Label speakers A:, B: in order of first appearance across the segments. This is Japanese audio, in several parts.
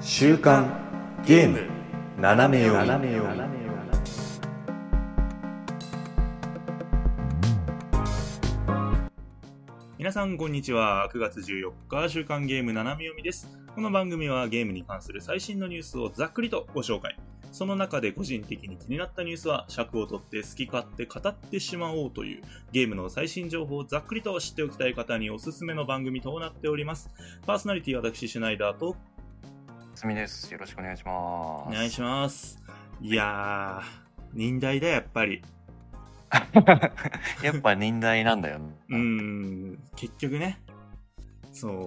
A: 週刊ゲーム斜め読み
B: 皆さんこんにちは9月14日週刊ゲーム斜め読みですこの番組はゲームに関する最新のニュースをざっくりとご紹介その中で個人的に気になったニュースは尺を取って好き勝手語ってしまおうというゲームの最新情報をざっくりと知っておきたい方におすすめの番組となっておりますパーソナリティは私シュナイダーと
C: すみです。よろしくお願いします。
B: お願いしますいやー忍耐だやっぱり
C: やっぱ忍耐なんだよ。
B: うーん結局ね そう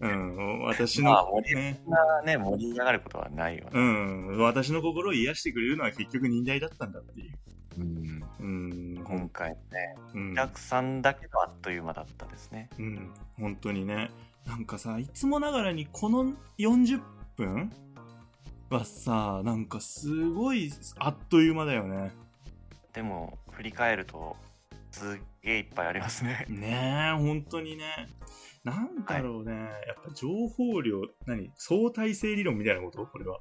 B: うん、私
C: ま
B: の
C: あ、盛り
B: ね、
C: そんなね、盛り上がることはないよね。
B: うん、私の心を癒してくれるのは結局忍耐だったんだっていう。
C: うん
B: うん、ほ
C: 今
B: ん、
C: 回ね、
B: うん、
C: たくさんだけどあっという間だったですね。
B: うん、本当にね。なんかさ、いつもながらにこの40分はさ、なんかすごいあっという間だよね。
C: でも、振り返ると、すっげえいっぱいありますね。
B: ねえ、本当にね。なんだろうね、やっぱ情報量、何相対性理論みたいなことこれは。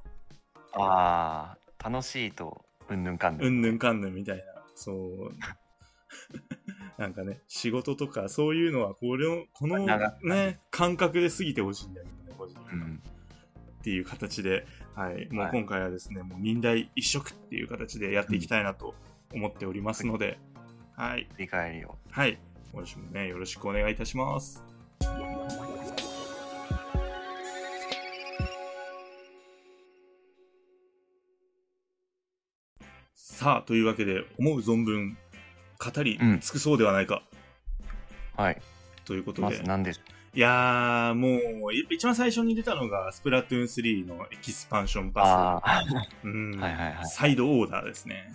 C: ああ、楽しいと、うんぬんかんぬん。
B: うんぬんかんぬんみたいな。そう。 なんかね、仕事とかそういうのはこれを、この
C: 長
B: ね、感覚で過ぎてほしいんだけどね、個人的
C: う
B: に
C: ん
B: っていう形で、はい、もう
C: はい
B: 今回はですね、もう忍耐一色っていう形でやっていきたいなと思っておりますので、はい、
C: 振り返りを。
B: はい、今週もね、よろしくお願いいたします。さあ、というわけで、思う存分、語り尽くそうではないか、
C: はい。
B: ということ
C: ま
B: で。
C: ず何でしょ
B: いやー、もう、やっぱ一番最初に出たのが、スプラトゥーン3のエキスパンション
C: う。あ
B: パ
C: あ、
B: ス。うん
C: はいはいはい
B: サイドオーダーですね。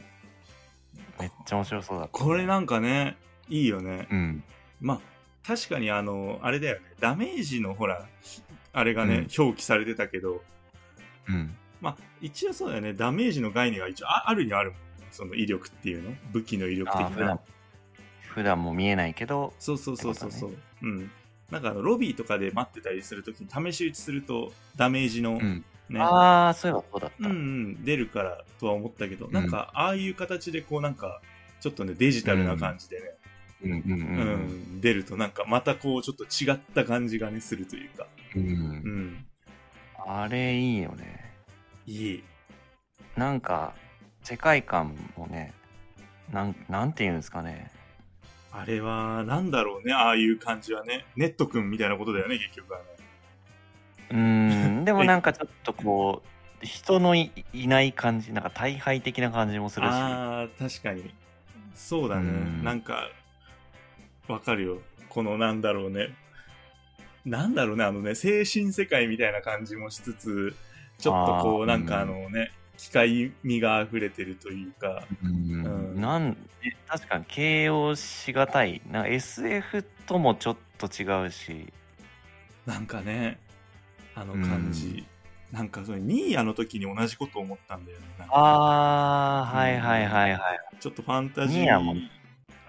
C: めっちゃ面白そうだった。
B: これなんかね、いいよね。
C: うん。
B: まあ、確かにあの、あれだよね、ダメージのほら、あれがね、表記されてたけど、
C: うん。
B: まあ、一応そうだよね、ダメージの概念は一応ああるにはあるもんね、その威力っていうの、武器の威力
C: ああ、
B: 的
C: 普
B: な
C: 段。、普段も見えないけど、
B: そうそうそうそうそう、うん。なんかあのロビーとかで待ってたりするときに試し撃ちするとダメージの
C: うん。
B: ね、
C: ああ、そういえばそうだっ
B: うん
C: た。
B: うん、出るからとは思ったけど、
C: ん
B: なんかああいう形でこうなんかちょっとねデジタルな感じでね、
C: うんうんう
B: う
C: ん
B: ん
C: うん。
B: 出るとなんかまたこうちょっと違った感じがねするというか、
C: うん
B: うん、
C: あれいいよね。
B: いい、
C: なんか世界観もね、なんなんていうんですかね。
B: あれはなんだろうねああいう感じはねネット君みたいなことだよね結局はね
C: うーん、でもなんかちょっとこう、人のいいない感じ、なんか大敗的な感じもするし、
B: あー確かにそうだね、
C: うん
B: なんかわかるよこのなんだろうねなんだろうねあのね精神世界みたいな感じもしつつちょっとこ
C: あ
B: う
C: ー
B: なんかあのね、機械味が溢れてるというか
C: うん
B: うん
C: なんえ確かに形容しがたい。なんか SF ともちょっと違うし、
B: なんかねあの感じ、なんかそれニーヤの時に同じこと思ったんだよねなんか
C: あー、はいはいはいはい。
B: ちょっとファンタジ
C: ニーヤも
B: ー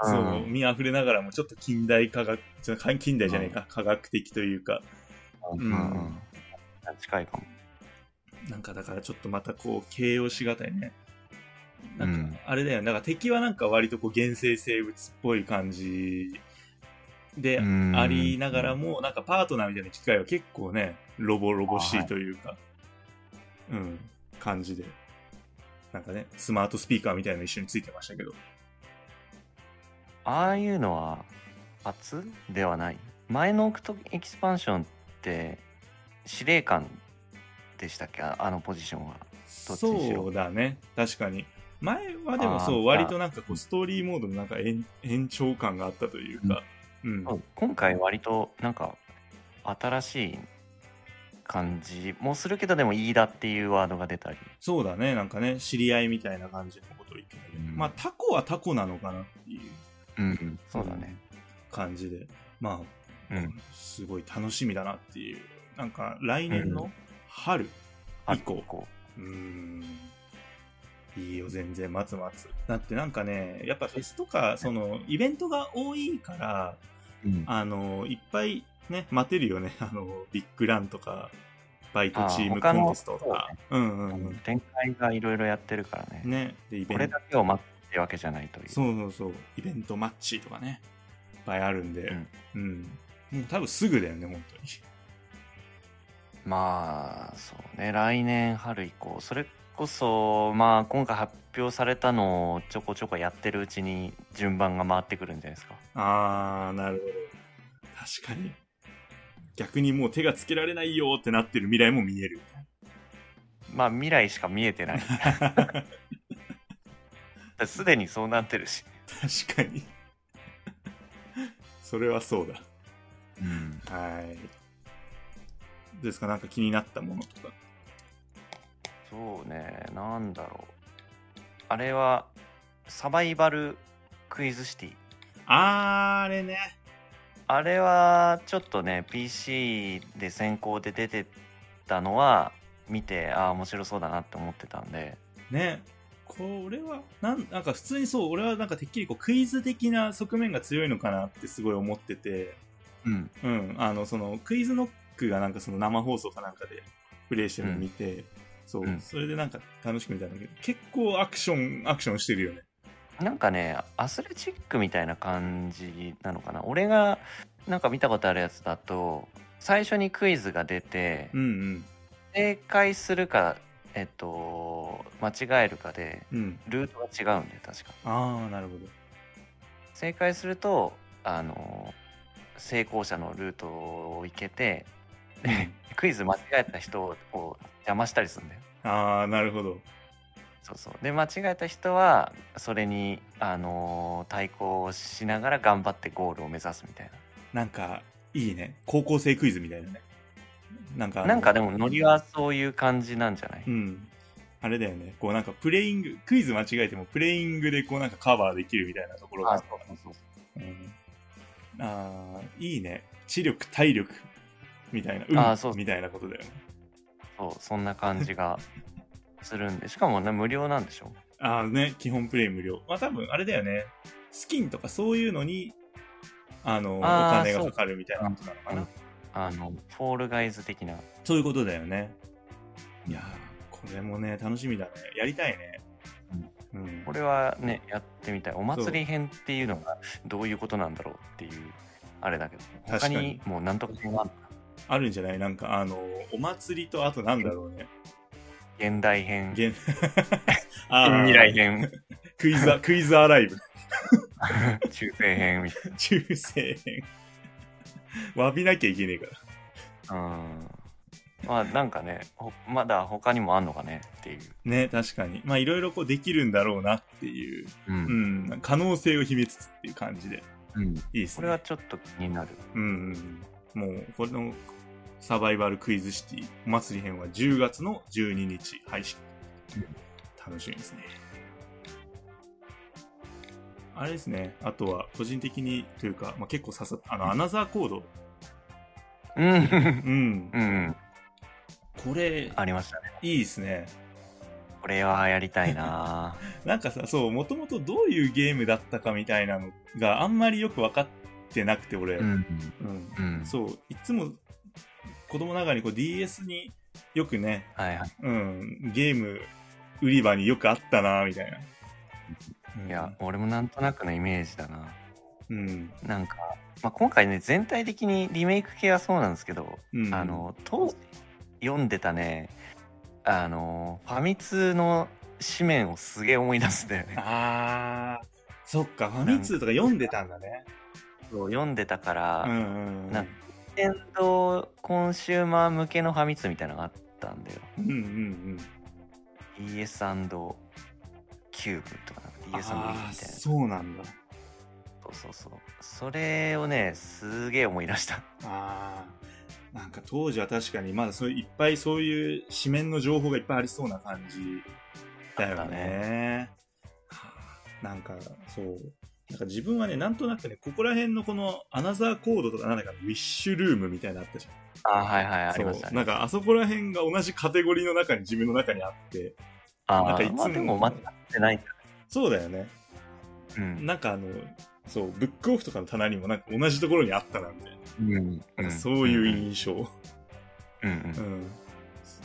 B: そう、
C: うん
B: 見あふれながらもちょっと近代科学ちょ近代じゃないか、科学的というか
C: うん
B: うん
C: うん近いかも。
B: なんかだからちょっとまたこう形容しがたいね。な
C: うんん
B: かあれだよ、なんか敵はなんか割とこう原生生物っぽい感じで
C: うん
B: ありながらも、なんかパートナーみたいな機械は結構ね、ロボロボしいというか、うん、感じで。なんかね、スマートスピーカーみたいなの一緒についてましたけど。
C: ああいうのは初ではない前のオクトエキスパンションって司令官でしたっけああのポジションはどっちにしろ
B: そうだね、確かに。前はでもそ
C: あ
B: う、
C: ー
B: 割となんかこうストーリーモードのなんか延延長感があったというか、うん。
C: 今回割となんか新しい感じもするけどでも「飯田」っていうワードが出たり
B: そうだね、なんかね、知り合いみたいな感じのことを言ってたけど、
C: うん
B: まあ、タコはタコなのかなっていう
C: うんそうだね
B: 感じで、まあ、
C: うん
B: すごい楽しみだなっていう、なんか来年の春以降、
C: こ
B: うーん、いいよ、全然、待つ待つ。だってなんかね、やっぱフェスとか、その、イベントが多いから、
C: う、うん
B: あの、いっぱいね、待てるよね、あの、ビッグランとか、バイトチームコ
C: あ他の
B: ンテストとか。うんうんうん。
C: 展開がいろいろやってるからね
B: ね。で、イベ
C: これ
B: ン
C: だけを待ってわけじゃないという
B: ト。そうそうそう。イベントマッチとかね。いっぱいあるんで。うん。もう多分すぐだよね、本当に。
C: まあそうね来年春以降それこそまあ今回発表されたのをちょこちょこやってるうちに順番が回ってくるんじゃないですか
B: あー、なるほど。確かに。逆にもう手がつけられないよってなってる未来も見える。
C: まあ未来しか見えてない すでにそうなってるし、
B: 確かに。それはそうだ。はい。どうですかなんか気になったものとか。
C: そうねなんだろうあれはサバイバルクイズシティ
B: あー、あれね。
C: あれはちょっとね PC で先行で出てたのは見てああ面白そうだなって思ってたんで
B: ね。これは、なん、なんか普通にそう、俺はなんかてっきりこうクイズ的な側面が強いのかなってすごい思ってて、
C: うん
B: うん、あの、そのクイズノックがなんかその生放送かなんかでプレイしてるの見て、そう、
C: うん
B: それでなんか楽しく見たんだけど、結構アクション、アクションしてるよね。
C: なんかねアスレチックみたいな感じなのかな俺がなんか見たことあるやつだと最初にクイズが出て、
B: うん
C: 正解するかえっと間違えるかで
B: うん。うん。
C: ルートが違うんで確か
B: あー、なるほど。
C: 正解するとあの成功者のルートを行けてでクイズ間違えた人を邪魔したりするんだよ
B: あー、なるほど。
C: そうそうで間違えた人はそれにあの対抗しながら頑張ってゴールを目指すみたい
B: なんか、いいね。高校生クイズみたいなね。なんかあ
C: な
B: の、
C: なんかでもノリはそういう感じなんじゃない、
B: うん。あれだよね。こうなんかプレイング、クイズ間違えてもプレイングでこうなんかカバーできるみたいなところが。
C: あそうそうそう
B: うん、あーいいね。知力、体力、みたいな。
C: あーそう
B: みたいなことだよね。
C: そうそんな感じがするんでしかもね無料なんでしょ
B: ああね、基本プレイ無料。まあ多分あれだよね。スキンとかそういうのに、あの、お
C: あー
B: 金がかかるみたいなことなのかな。
C: あのフォールガイズ的な
B: そういうことだよね。いやーこれもね、楽しみだね。やりたいね。うん
C: これはねやってみたいお祭り編っていうのがどういうことなんだろうっていうあれだけど
B: 確か
C: 他
B: に
C: にもうなんとか編はあんの
B: あるんじゃないなんかあの、お祭りとあとなんだろうね。
C: 現代編近
B: 現 あー
C: 未来編
B: クイズアクイズアライブ
C: 中世編みたい
B: 中世編詫びなきゃいけねえから
C: なうんまあなんかねほまだ他にもあんのかねっていう、
B: ね確かにまあいろいろこうできるんだろうなっていう、
C: う
B: うんん、可能性を秘めつつっていう感じで
C: うん
B: いいですね
C: これはちょっと気になる
B: うんうんもうこれのサバイバルクイズシティお祭り編は10月の12日配信楽しみですねあれですねあとは個人的にというか、まあ、結構刺さったあのアナザーコード
C: うん
B: うん
C: うんうん
B: これ
C: ありましたね
B: いいですね
C: これはやりたいな
B: なんかさそうもともとどういうゲームだったかみたいなのがあんまりよく分かってなくて俺、
C: うん
B: うん
C: うん
B: そういつも子供ながらにこう DS によくね
C: はいはい
B: うん、ゲーム売り場によくあったな、みたいな。うん
C: いや、俺もなんとなくのイメージだな
B: うん、
C: なんか、まあ、今回ね全体的にリメイク系はそうなんですけど、
B: うん
C: あの当時読んでたねあのファミ通の紙面をすげえ思い出すんだよね
B: あー、そっか、ファミ通とか読んでたんだね。
C: そう読んでたか
B: うん
C: ら、
B: うんうん。
C: なんか任天堂コンシューマー向けのファミ通みたいなのがあったんだよ
B: うんうんうん。
C: ES& キューブとかなんか DS& みたいな
B: あー、そうなんだ。
C: そうそうそうそれをねすげえ思い出した
B: あー、なんか当時は確かにまだそういういっぱいそういう紙面の情報がいっぱいありそうな感じだよ
C: あった
B: ね。はあなんか、そう。なんか自分はね、なんとなくね、ここら辺のこのアナザーコードとか、なんだか、ウィッシュルームみたいなのあったじゃん。
C: あーはいはいあ
B: そ
C: り
B: う
C: ました
B: な
C: ね
B: んかあそこら辺が同じカテゴリーの中に自分の中にあって
C: あ
B: なんかい
C: ー
B: つ
C: ま
B: も
C: あでも間違ってないんだ
B: そうだよね
C: うん、
B: なんかあのそうブックオフとかの棚にもなんか同じところにあったなみたいな,、
C: うん
B: なんかそういう印象、
C: うんう
B: うん
C: ん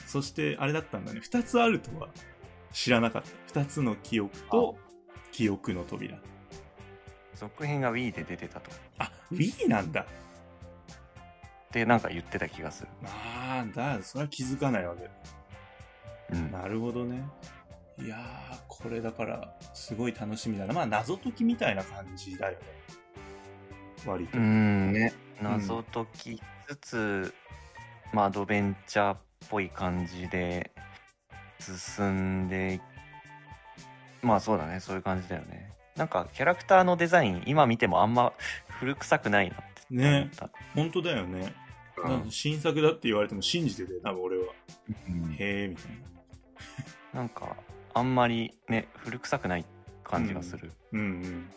B: そしてあれだったんだね2つあるとは知らなかった2つの記憶と記憶の扉
C: 続編が Wii で出てたと。
B: あ Wii なんだ
C: で、なんか言ってた気がする。
B: あーだそれは気づかないわけ
C: うん。
B: なるほどねいやーこれだからすごい楽しみだなまあ謎解きみたいな感じだよね割と、
C: うんね。謎解きつつ、まあ、アドベンチャーっぽい感じで進んで、まあそうだね、そういう感じだよね。なんかキャラクターのデザイン、今見てもあんま古臭くないなって思
B: ね
C: った。
B: 本当だよね
C: う
B: なんか新作だって言われても信じてて多分俺は
C: ん
B: へえみたいな
C: なんか、あんまりね、古臭くない感じがする。
B: うんうん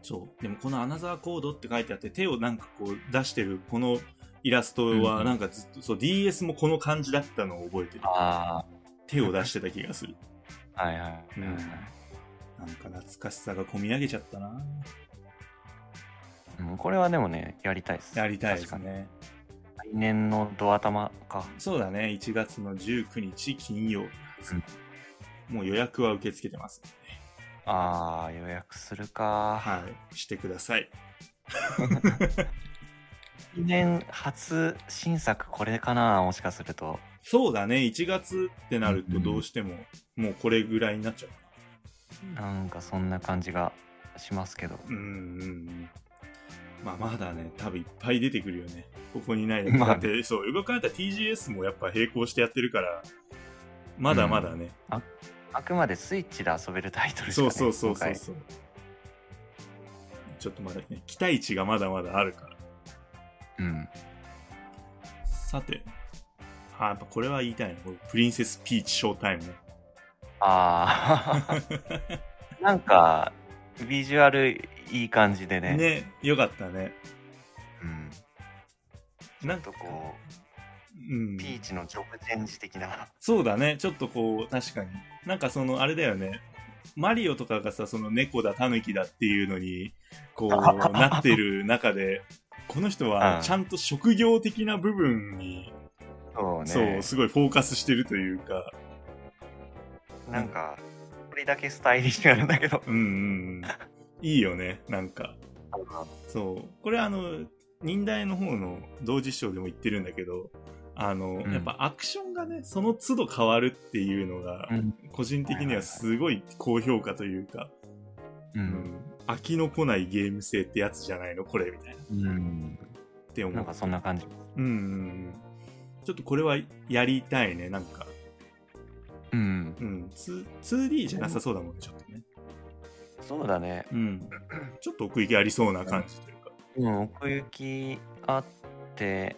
B: そうでもこの「アナザーコード」って書いてあって手をなんかこう出してるこのイラスト
C: うんう
B: は
C: ん
B: なんかずっと、そう DS もこの感じだったのを覚えてる
C: あ
B: 手を出してた気がする
C: あ、はいはい。
B: うんなんか懐かしさが込み上げちゃったな
C: うんこれはでもね、やりたいです。
B: やりたいです
C: 確かに。
B: ね
C: 来年のドア玉か。
B: そうだね1月の19日金曜日もう予約は受け付けてます
C: ああ、予約するか。
B: はいしてください
C: 来年初新作これかな、もしかすると。
B: そうだね1月ってなるとどうしても、もうこれぐらいになっちゃう
C: なんかそんな感じがしますけど。
B: うんうんうんまあまだね多分いっぱい出てくるよねここにない
C: まあ
B: だってそうよく考えたら TGS もやっぱ並行してやってるからまだまだね、
C: あくまでスイッチで遊べるタイトルしか、
B: そ
C: ね、
B: うそうそう
C: 今
B: そう
C: 回
B: そうちょっとまだね期待値がまだまだあるから
C: うん。
B: さてあやっぱこれは言いたいねこれプリンセスピーチショータイムね
C: ああ。 なんか、ビジュアルいい感じでね。
B: ねよかったね
C: うん。
B: なん
C: ちょ
B: か
C: っとこ
B: うん
C: う、ピーチのジョブチェンジ的な。
B: そうだね、ちょっとこう、確かに。なんかその、あれだよね。マリオとかがさ、その猫だ、タヌキだっていうのに、こ う、なってる中で、この人は
C: うん
B: ちゃんと職業的な部分に、
C: そう
B: そ
C: ね
B: う、。すごいフォーカスしてるというか、
C: なんか、これだけスタイリッシュなんだけど。
B: うんうんうん。いいよね、なんか。そう。これあの、忍耐の方の同時視聴でも言ってるんだけど、あの、
C: うん
B: やっぱアクションがね、その都度変わるっていうのが、
C: うん
B: 個人的にはすごい高評価というか、
C: う。
B: うんん飽きのこないゲーム性ってやつじゃないのこれみたいなっ
C: うん。
B: て思
C: なん
B: う
C: かそんな感じ。
B: うんうんうんちょっとこれはやりたいねなんか、
C: うん。
B: うん、ツ 2D じゃなさそうだもんねちょっとね、
C: そうだね。
B: うん、ちょっと奥行きありそうな感じというか
C: うん、奥行きあって、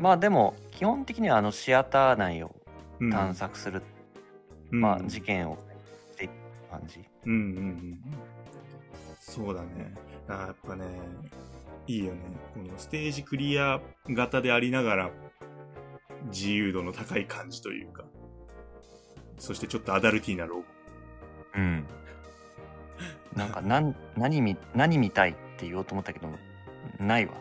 C: まあでも、基本的にはあのシアター内を
B: うん
C: 探索する、
B: うん
C: まあ事件をしていく感じ。
B: うんうんうんそうだねあーやっぱねいいよねこのステージクリア型でありながら自由度の高い感じというかそしてちょっとアダルティーなロゴ
C: うん。なんか何、何見、何見たいって言おうと思ったけど、ないわ。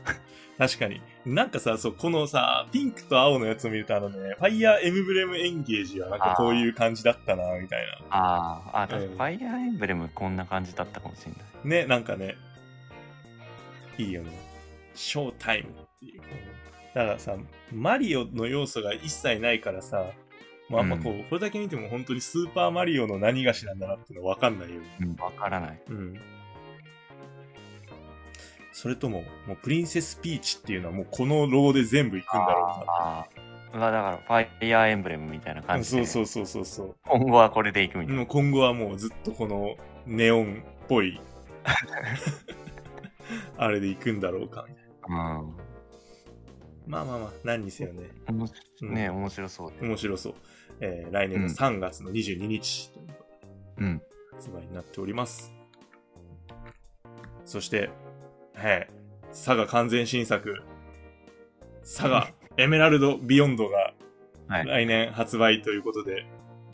B: 確かに。なんかさ、そう、このさ、ピンクと青のやつを見ると、あのね、ファイヤーエムブレムエンゲージはなんかこういう感じだったな、みたいな。
C: あーあ、確
B: うん
C: かにファイアーエンブレムこんな感じだったかもしれない。
B: ね、なんかね、いいよね。ショータイムっていう。だからさ、マリオの要素が一切ないからさ、もうあんまこう、これだけ見ても本当にスーパーマリオの何がしなんだなっていうのわかんないよね。
C: うん、わからない。
B: うん。それとも、もうプリンセスピーチっていうのはもうこのロゴで全部いくんだろうか。
C: ああ。まあだから、ファイアーエンブレムみたいな感じで、
B: そうそうそうそうそう。
C: 今後はこれでいくみたいな。
B: もう今後はもうずっとこのネオンっ ぽいあれで行くんだろうか
C: うん。
B: まあまあまあ何にせよね、
C: おもし
B: うん
C: ね面白そう。
B: 面白そう、えー来年の3月の22日という
C: うん。
B: 発売になっております、そしてはい佐賀完全新作佐 賀エメラルド・ビヨンドが
C: はい
B: 来年発売ということで、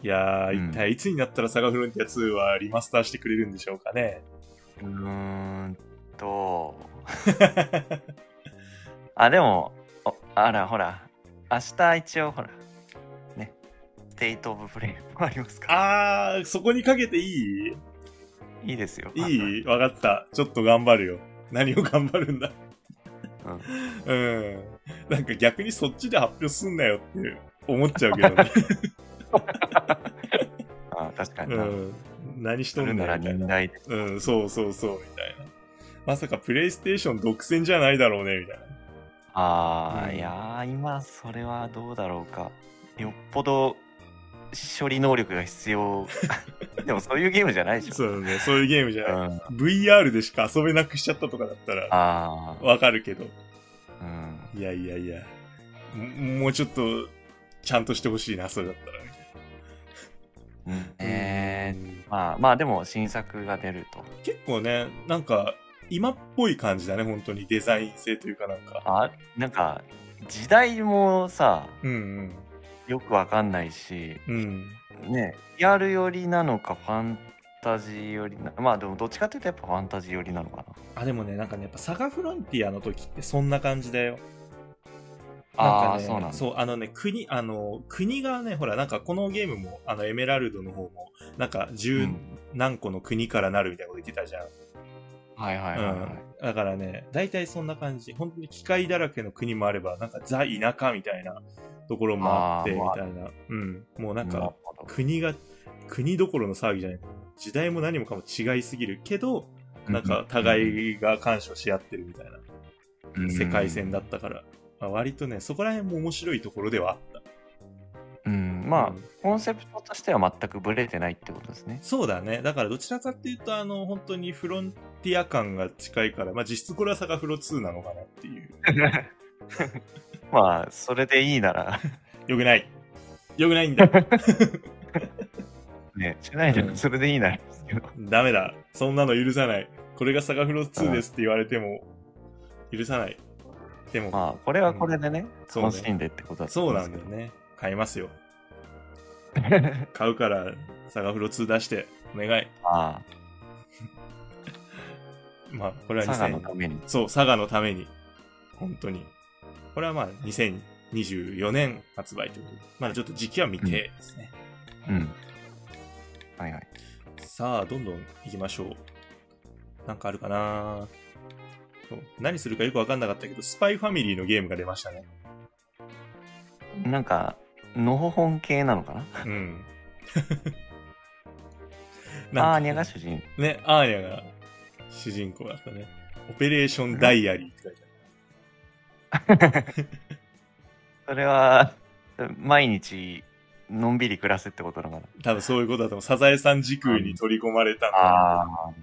B: い、やー、
C: うん
B: 一体いつになったら佐賀フロンティア2はリマスターしてくれるんでしょうかね
C: うーんと。あ、でも、おあら、ほら、明日一応ほら、ね、ステイトオブプレイもありますから。
B: あー、そこにかけていい
C: いいですよ。
B: いいわかった。ちょっと頑張るよ。何を頑張るんだ。うん。なんか逆にそっちで発表すんなよって思っちゃうけ どね。
C: ああ確かに
B: う
C: な。
B: ん。何し
C: す
B: と
C: る
B: ん
C: な
B: だ
C: ら
B: よみたい
C: 忍
B: な。
C: 耐で。
B: うん、そうそうそう、みたいな。まさかプレイステーション独占じゃないだろうね、みたいな。
C: ああ、
B: うん
C: いやー、今それはどうだろうか。よっぽど処理能力が必要。 でもそういうゲームじゃないでしょ。
B: そうね、そういうゲームじゃ
C: う
B: ない。
C: ん、あ
B: VR でしか遊べなくしちゃったとかだったら、
C: あー、
B: わかるけど。
C: うん。
B: いやいやいや。ももうちょっと、ちゃんとしてほしいな、それだったら。
C: うんえ
B: うん
C: ー、まあまあでも新作が出ると。
B: 結構ねなんか今っぽい感じだね本当にデザイン性というかなんか
C: あなんか時代もさ
B: うん
C: よくわかんないし、
B: うんうん
C: ね、リアル寄りなのかファンタジー寄りなまあでもどっちかっていうとやっぱファンタジー寄りなのかな。
B: あでもねなんかねやっぱサガフロンティアの時ってそんな感じだよ
C: あ
B: か
C: あ
B: ね
C: そうなんだ。
B: そうあのね国あの国がねほらなんかこのゲームもあのエメラルドの方もなんか
C: う
B: 十
C: ん
B: 何個の国からなるみたいなこと言ってたじゃん、
C: はいはいはい、はい
B: うん、だからね大体そんな感じ本当に機械だらけの国もあればなんかザ田舎みたいなところもあって
C: あー
B: み
C: まあ
B: たいな、うんもうなんか、
C: なるほど
B: 国が国どころの騒ぎじゃない時代も何もかも違いすぎるけどなん
C: う
B: か
C: ん
B: 互いが干渉し合ってるみたいな
C: うん
B: 世界線だったから、まあ、割とねそこら辺も面白いところではあった
C: うん、まあ、
B: うん
C: コンセプトとしては全くブレてないってことです ね。
B: そうだねだからどちらかっていうとあの本当にフロンティア感が近いから、まあ、実質これはサガフロ2なのかなっていう
C: まあそれでいいなら
B: よくないよくないんだ
C: ねしないでそれでいいならですけど。
B: ダメだそんなの許さないこれがサガフロ2ですって言われても許さないでも
C: まあこれはこれでね、
B: そうね
C: 楽しんでってことだと
B: そう
C: 思
B: なんだよね。買いますよ。買うから、サガフロ2出して、お願い。
C: あ
B: まあ、これ
C: あ、
B: は
C: 佐賀の
B: 2000
C: ために。
B: そう、佐賀のために。本当に。これはまあ、2024年発売ということで。まだちょっと時期は未定ですね。
C: うん。はいはい。
B: さあ、どんどん行きましょう。なんかあるかなそう何するかよくわかんなかったけど、スパイファミリーのゲームが出ましたね。
C: なんか、のほほん系なのかな
B: うん。
C: あ
B: な
C: あ、
B: んか
C: ニャが主人。
B: ね、アーニャが主人公だったね。オペレーションダイアリーって書いてある。
C: それは、毎日、のんびり暮らせってことなのか
B: 多分そういうことだと思う。サザエさん時空に取り込まれたん
C: な
B: だ。
C: ああ。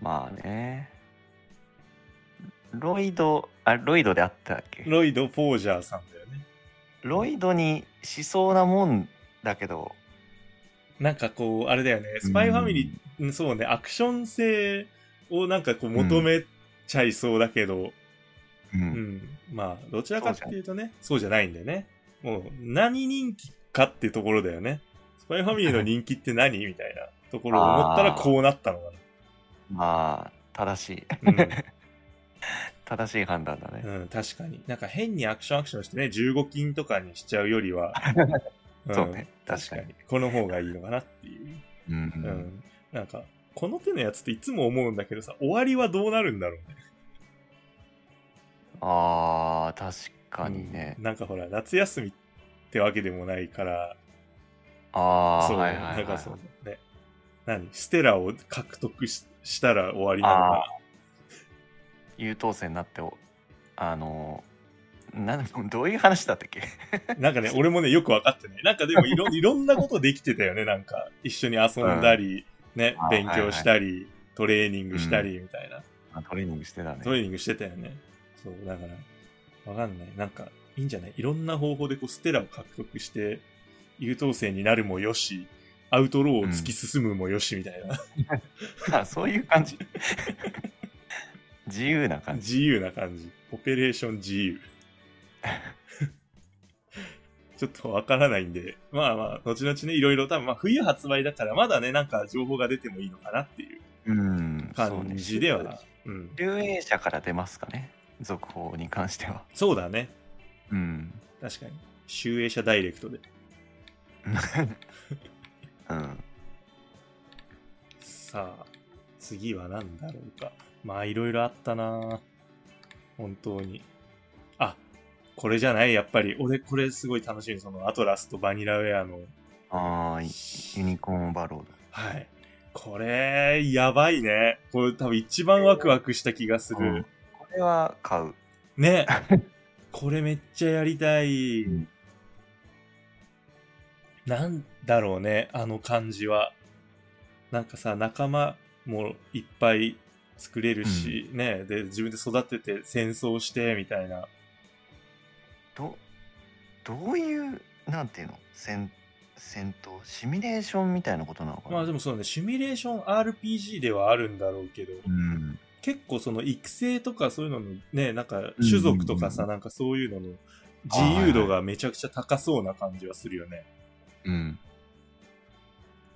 C: まあね。ロイド、あ、ロイドであったっけ
B: ロイド・ポージャーさんだよね。
C: ロイドにしそうなもんだけど、
B: なんかこう、あれだよね。スパイファミリー、うんそうね、アクション性をなんかこう求めちゃいそうだけど、
C: うん
B: うん、まあ、どちらかっていうとね、そうじゃないんだよね。もう、何人気かってところだよね。スパイファミリーの人気って何みたいなところを思ったらこうなったのか
C: まあ、正しい。
B: な。うん
C: 正しい判断だね。
B: うん、確かに。なんか変にアクションアクションしてね、15金とかにしちゃうよりは、ん
C: そうね。確かに。。
B: この方がいいのかなっていう。
C: うんう
B: うん。
C: ん。
B: なんか、この手のやつっていつも思うんだけどさ、終わりはどうなるんだろうね。
C: ああ、確かにね。
B: なんかほら、夏休みってわけでもないから、
C: ああ、
B: そう、
C: はいはいはい。
B: なんかそう、ね。何ステラを獲得ししたら終わりなのか。
C: 優等生になっておあのなん どういう話だったっけ
B: なんかね、俺もね、よく分かってない。なんかでもい ろ、いろんなことできてたよね、なんか。一緒に遊んだり、ね
C: あ、ー
B: 勉強したり、トレーニングしたり、みたいな、
C: あトレーニングしてた
B: ト
C: ね
B: レーニングしてたよね。そう、だから、分かんない。なんか、いいんじゃないいろんな方法でこう、ステラを獲得して、優等生になるもよし、アウトローを突き進むもよし、みたいな。
C: あそういう感じ 自由な感じ
B: 自由な感じ。オペレーション自由。 ちょっとわからないんで、まあまあ、後々ね、いろいろ多分、まあ冬発売だから、まだね、なんか情報が出てもいいのかなっていう
C: うん
B: 感じでは、うん。
C: そうね集英社から出ますかね続報に関しては
B: そうだね。
C: うん。
B: 確かに。集英社ダイレクトで。
C: うん。
B: さあ、次は何だろうか。まあ、いろいろあったな本当に。あ、これじゃないやっぱり。俺、これすごい楽しみ。その、アトラスとバニラウェアの。
C: ああ、ユニコーンオーバーロード。
B: はい。これ、やばいね。これ多分一番ワクワクした気がす
C: うん
B: る。
C: これは買う。
B: ね。これめっちゃやりたい
C: うん。
B: なんだろうね、あの感じは。なんかさ、仲間もいっぱい作れるし、ね。で、自分で育てて戦争して、みたいな。
C: ど、どういう、なんていうの戦、戦闘シミュレーションみたいなことなのかな
B: まあでもそうね、シミュレーション RPG ではあるんだろうけど。
C: うん。
B: 結構その育成とかそういうのにねなんか種族とかさ、
C: うん
B: なんかそういうのの自由度がめちゃくちゃ高そうな感じはするよね。
C: うん。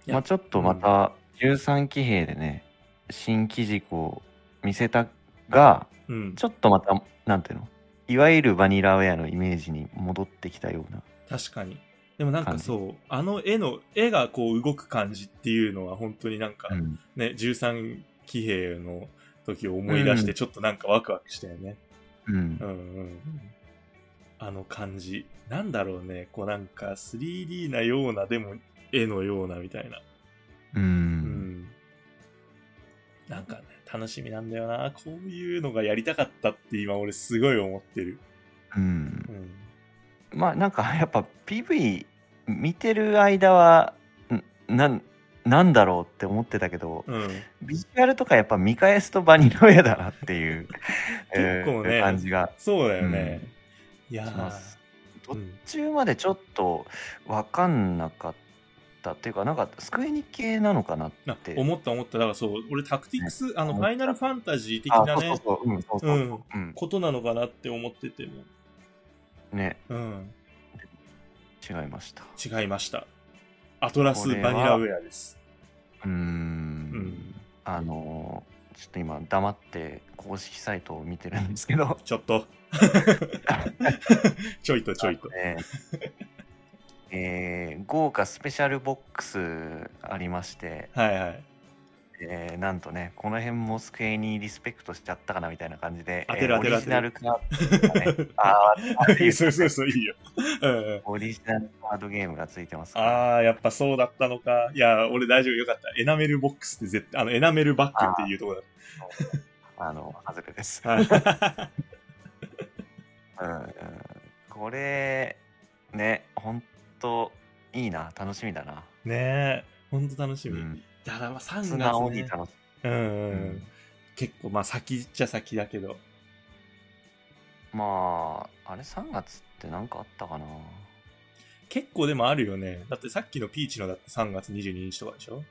B: いや
C: まあちょっとまた、13騎兵でね、新機軸を見せたが、
B: うん、
C: ちょっとまた、なんていうのいわゆるバニラウェアのイメージに戻ってきたような。
B: 確かに。でもなんかそうあの絵の絵がこう動く感じっていうのは本当になんか
C: うん。
B: ね、13騎兵の時を思い出し
C: う
B: て
C: ん
B: ちょっとなんかワクワクしたよね。
C: うん
B: う。んうんうんあの感じなんだろうねこうなんか 3D なようなでも絵のようなみたいな。
C: う。
B: うんんなんかね、楽しみなんだよな。こういうのがやりたかったって今俺すごい思ってる。
C: うん
B: う。ん。
C: まあなんかやっぱ PV 見てる間はんなんなんだろうって思ってたけど
B: うん。
C: ビジュアルとかやっぱ見返すとバニラウェアだなっていう
B: 結構ね
C: えー感じが
B: そうだよね。いや
C: し
B: ー
C: ます。
B: う
C: どっ
B: ん、
C: 中までちょっと分かんなかったっていうかなんかスクエニ系なのかなっ
B: な
C: て
B: 思った思った。だからそう、俺タクティクス、あの、
C: 思っ
B: フ
C: た
B: ァイナルファンタジー的
C: あ
B: なね、
C: そうそうそううんそうそうう、
B: ん、
C: うん
B: ことなのかなって思ってても、
C: ね
B: うん、
C: 違いました
B: 違いました。アトラス
C: これは
B: バニラウェアです。
C: うーん
B: ん
C: あのーちょっと今黙って公式サイトを見てるんですけ ど
B: ちょっと。ちょいとちょいと。
C: ねえー豪華スペシャルボックスありまして、
B: はいはい。
C: えーなんとねこの辺もスクエニリスペクトしちゃったかなみたいな感じで
B: 当てる
C: えー
B: 当てる
C: オリジナルカードがね、 あーっていう
B: そうそうそう、いいよ。うんうん
C: オリジナルカードゲームがついてますから
B: ああ、やっぱそうだったのか。いや、俺大丈夫よかった。エナメルボックスって絶対、あの、エナメルバッグっていうとこだっ
C: あの外れです、
B: た。はい。
C: うんうんこれねほんといいな楽しみだな、
B: ねえ、ほんと楽し
C: う
B: み。
C: ん、
B: だからまあ3月、
C: 素
B: ね。
C: 直に楽し
B: うんうんう
C: うんん。
B: 結構まあ先っちゃ先だけど。
C: みまああれ3月って何かあったかな
B: 結構でもあるよね。だってさっきのピーチのだって3月22日とかでしょ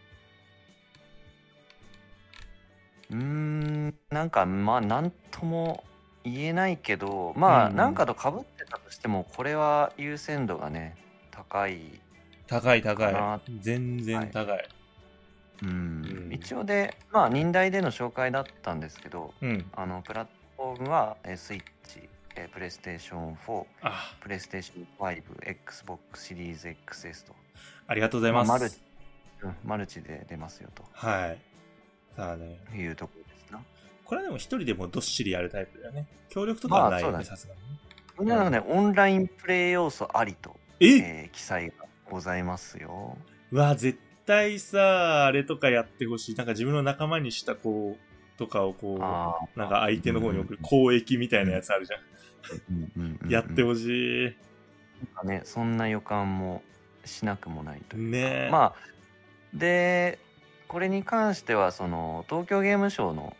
C: うーんなんかまあなんとも言えないけどまあ
B: うん
C: なんかと被ってたとしてもこれは優先度がね高い、
B: 高い
C: か
B: 高。
C: ない
B: 全然高い。
C: うん
B: うん
C: 一応でまあ忍耐での紹介だったんですけど
B: うん。
C: あのプラットフォームはえースイッチえープレイステーション4
B: あ、
C: プレイステーション 5XBOX シリーズ XS と
B: ありがとうございます。
C: まあマルチうんマルチで出ますよ
B: はい。さあね。
C: というところですな。
B: これはでも一人でもどっしりやるタイプだよね。協力とかはないよ
C: ま
B: ね、
C: あ
B: さすがにね。
C: これなんかねオンラインプレイ要素ありと、
B: え
C: えー記載がございますよ。
B: うわ絶対さあれとかやってほしいなんか自分の仲間にした子とかをこう
C: あ
B: なんか相手の方に送る
C: うん
B: 交易みたいなやつあるじゃん、
C: あ、
B: やって
C: も
B: ほしい
C: ね、そんな予感もしなくもないという。
B: ねえ、
C: まあ、で、これに関しては、その東京ゲームショウの。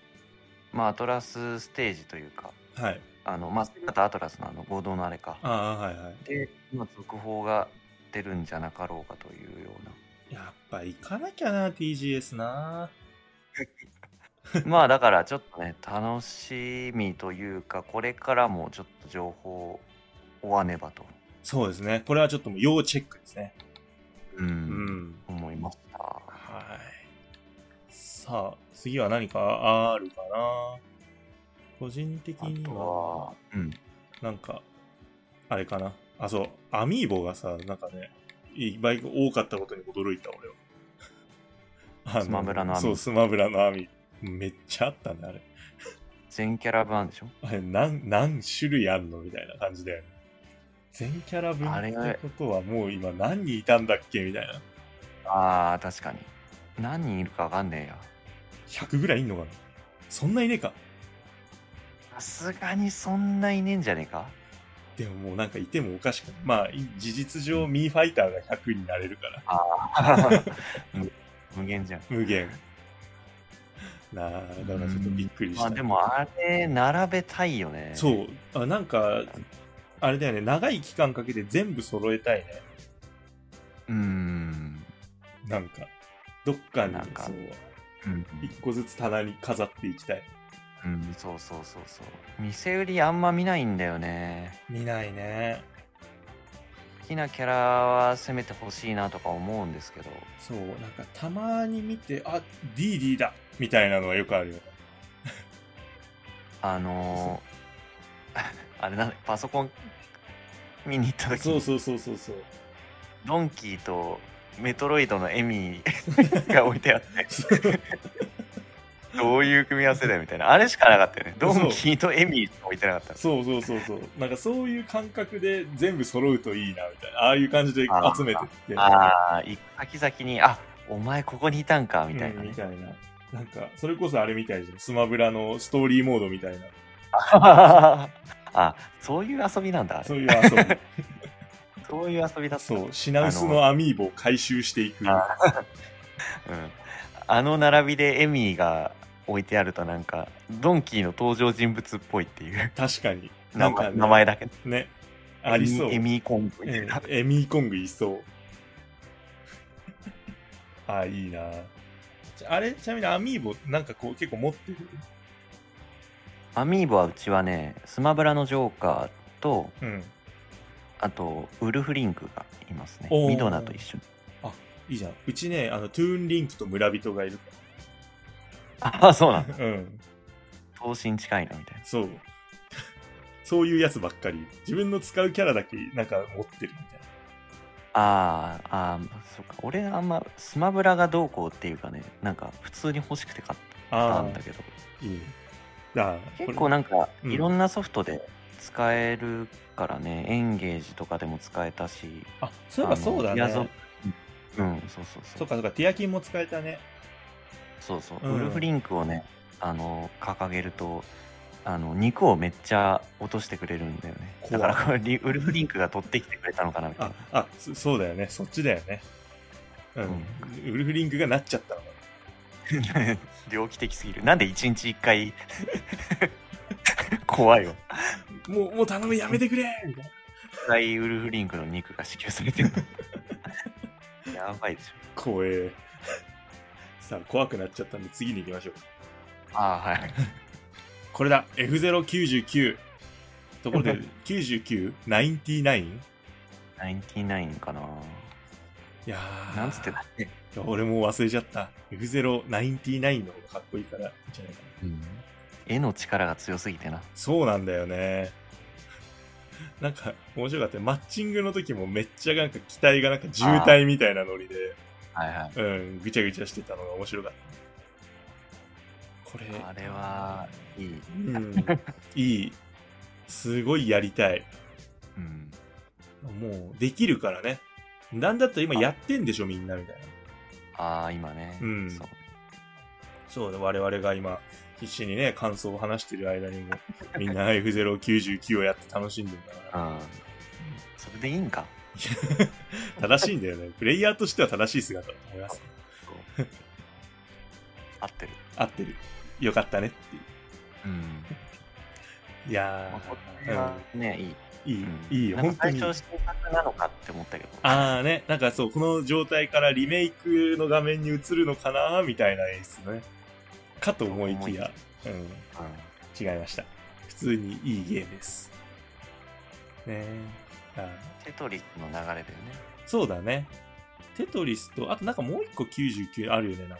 C: まあ、アトラスステージというか、
B: はい
C: あの、まあ、セガとアトラスのあの合同のあれか。
B: ああはいはい
C: で、今続報が出るんじゃなかろうかというような。
B: やっぱ行かなきゃな TGS な
C: まあだからちょっとね楽しみというかこれからもちょっと情報を追わねばと、
B: そうですねこれはちょっともう要チェックですね
C: うん
B: うん
C: 思いました
B: はいさあ次は何かあるかな個人的
C: あ
B: に
C: と
B: は
C: は、うん、
B: なんかあれかな。あ、そう。アミーボがさ、なんかね、いっぱい多かったことに驚いた、俺は。あの
C: スマブラのアミー
B: そう、スマブラのアミー。めっちゃあったね、あれ。
C: 全キャラ分でしょ
B: あれ、何、何種類あんのみたいな感じだよね。全キャラ分
C: あれ
B: ってことはもう今何人いたんだっけみたいな。
C: ああ、確かに。何人いるかわかんねえや。
B: 100ぐらいいんのかなそんないねえか。
C: さすがにそんないねえんじゃねえか
B: でももうなんかいてもおかしくない。まあ、い事実上ミーファイターが100になれるか ら。
C: 無無限じゃん。
B: 無限。なあ、だからちょっとびっくりした。
C: まあでもあれ、並べたいよね。。
B: そうう。あなんか、あれだよね。長い期間かけて全部揃えたいね。
C: うーん。
B: なんか、どっかに、
C: なんか
B: そう、
C: うん、
B: 一個ずつ棚に飾っていきたい。
C: うん、そうそうそうそう。店売りあんま見ないんだよね。
B: 見ないね。
C: 好きなキャラは攻めてほしいなとか思うんですけど。
B: そう、なんかたまに見て、あ、DD だみたいなのはよくあるよね。
C: あのー あれなんだパソコン見に行った時
B: そう
C: に
B: そうそうそうそう。
C: ドンキーとメトロイドのエミ ーが置いてあってどういう組み合わせだよみたいなあれしかなかったよねドンキーとエミーしか置いてなかった
B: そうそうそう そう。なんかそういう感覚で全部揃うといいな、みたいな。ああいう感じで
C: あー
B: 集めてって。
C: ああ行く先々にあお前ここにいたんかみたいな、
B: うん
C: ね
B: みたいな。なんか、それこそあれみたいじゃん。スマブラのストーリーモードみたいな。
C: あそういう遊びなんだあれ
B: そういう 遊び。
C: そういう遊びだった
B: そう、品薄のアミーボを回収していく。
C: あうんあの並びでエミーが置いてあるとなんかドンキーの登場人物っぽいっていう
B: 確かに。な
C: 名
B: んか
C: 前,、
B: ね、
C: 名前だけど
B: ね。ありそう。
C: エミーコンボみたい
B: え
C: な、
B: えエミーコングいそう。あ、いいな。ちあれ、ちなみにアミーボ、なんかこう、結構持ってる。
C: アミーボはうちはねスマブラのジョーカーと
B: うん。
C: あとウルフリンクがいますね
B: おー
C: ミドナと一緒に
B: いいじゃん。うちね、あの、トゥーンリンクと村人がいるか
C: ああそうなんだ
B: ら。うん。
C: 頭身近いなみたいな
B: そう。 そういうやつばっかり。自分の使うキャラだけ、なんか持ってるみたいな。
C: あーあーそうか俺あんまスマブラがどうこうっていうかねなんか普通に欲しくて買ったんだけど
B: いいね。あ
C: 結構
B: な。
C: なんか
B: うん
C: いろんなソフトで使えるからね、エンゲージとかでも使えたし
B: あ、そういえばそう
C: あ
B: だ
C: のヤゾ
B: ね。
C: うんそうそうそ
B: そううかそうか、ティアキンも使えたね。
C: そうそう、
B: うん
C: ウルフリンクをねあの掲げるとあの肉をめっちゃ落としてくれるんだよねだ
B: 怖い
C: からこれリウルフリンクが取ってきてくれたのかなみたい
B: あ
C: な、
B: あ、そそうだよね。そっちだよね。うん。ウルフリンクがなっちゃったのかな
C: 猟奇的すぎるなんで1日1回 怖いよ
B: もう、もう頼む、やめてくれみたいな。
C: フライウルフリンクの肉が支給され てるのやばいでしょ
B: 怖え。 さあ、怖くなっちゃったんで、次に行きましょう。
C: ああはい
B: これだ !F099! ところ で、99?99?
C: 99かない
B: やー。
C: なんつって
B: い
C: たっけ、
B: や俺もう忘れちゃった。F099 の方がかっこいいから、いいんじゃないかな。
C: 絵の力が強すぎてな
B: そうなんだよね。なんか、面白かったよ。マッチングの時もめっちゃなんか機体がなんか渋滞みたいなノリで、
C: はいはい
B: うん、ぐちゃぐちゃしてたのが面白かった。これ、
C: あれはいい、
B: うん、いい。すごいやりたい。
C: うん、
B: もうできるからね。なんだったら今やってんでしょ、みんなみたいな。
C: ああ今ね、
B: うん
C: そう
B: そうね、我々が今、必死にね、感想を話してる間 にも、みんな F099 をやって楽しんでるから。
C: うんそれでいいんか
B: 正しいんだよね。プレイヤーとしては正しい姿だと思います。
C: 合ってる
B: 合ってる。よかったねってい
C: うん、
B: う。いやー、
C: ねいい、
B: うん、い
C: うん
B: い、いいよ、
C: なん
B: 本
C: か
B: 当
C: 最
B: に。
C: 初新作なのかって思ったけど
B: あーね、なんかそう、この状態からリメイクの画面に映るのかなみたいな演出ね。かと思いきや、うん。
C: う
B: 違いました普通にいいゲームですねえはい
C: んテトリスの流れだよね
B: そうだねテトリスとあとなんかもう一個99あるよねなんか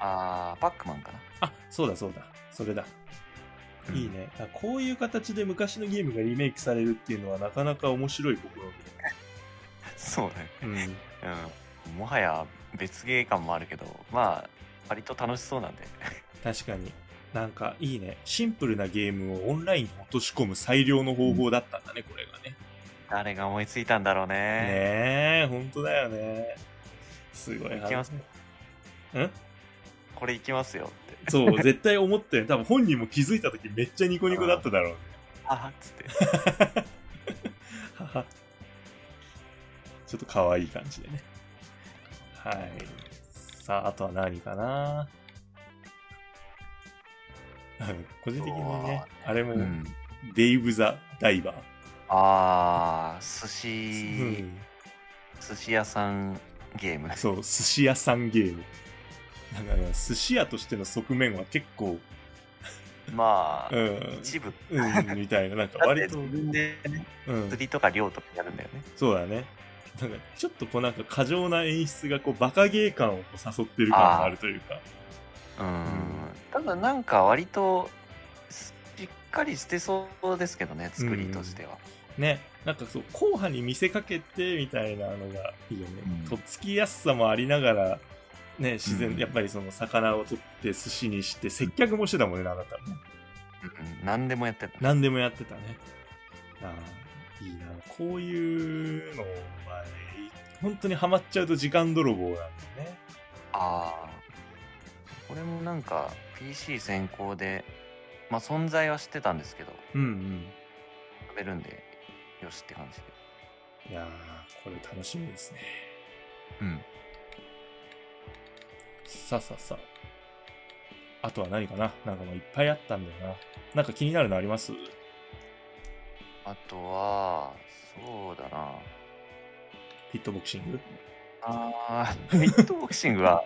C: ああパックマンかな
B: あそうだそうだそれだ
C: うん
B: いいね。あこういう形で昔のゲームがリメイクされるっていうのはなかなか面白い試
C: そうね、
B: み。うん。
C: うん、もはや別芸感もあるけどまあ割と楽しそうなんで
B: 確かに。なんかいいね。シンプルなゲームをオンラインに落とし込む最良の方法だったんだね、これがね。
C: 誰が思いついたんだろうね
B: ねえ、本当だよね。すごい
C: いきます
B: ん
C: これいきますよって
B: そう、絶対思ったよ。多分本人も気づいた時めっちゃニコニコだっただろうね。
C: あっつって
B: ははちょっと可愛い感じでね。はい。さあ、あとは何かな あの個人的にね、あれも、
C: うん
B: デイブ・ザ・ダイバー。
C: あー寿
B: う
C: 司、
B: ん、
C: 寿司屋さんゲーム
B: そう、寿司屋さんゲーム。なんか、ね、寿司屋としての側面は結構、
C: ま あ、
B: うん、
C: 一部
B: うん、みたいな、なんか
C: だっ
B: 割
C: て
B: と、
C: 自
B: う
C: 分でね
B: ん、
C: 釣りとか漁とかやるんだよね
B: そうだね。なんか、ちょっとこうなんか過剰な演出が、こう、バカゲー感をこう誘ってる感があるというか。
C: うんただなんか割としっかりしてそうですけどね作りとしては、
B: ね、なんかそう硬派に見せかけてみたいなのがいいよね、
C: うん
B: とっつきやすさもありながらね自然、
C: うん
B: やっぱりその魚を取って寿司にして接客もしてたもんねあなたもね
C: うん何でもやってる
B: 何でもやってたねああいいなこういうのお前本当にハマっちゃうと時間泥棒なんだよね
C: ああこれもなんか PC 先行でまあ存在は知ってたんですけど
B: うんうん
C: 食べるんでよしって感じで
B: いやーこれ楽しみですね
C: うん
B: さあさあさああとは何かななんかもういっぱいあったんだよななんか気になるのあります
C: あとはそうだな
B: ヒットボクシン グ
C: あーフィットボクシングは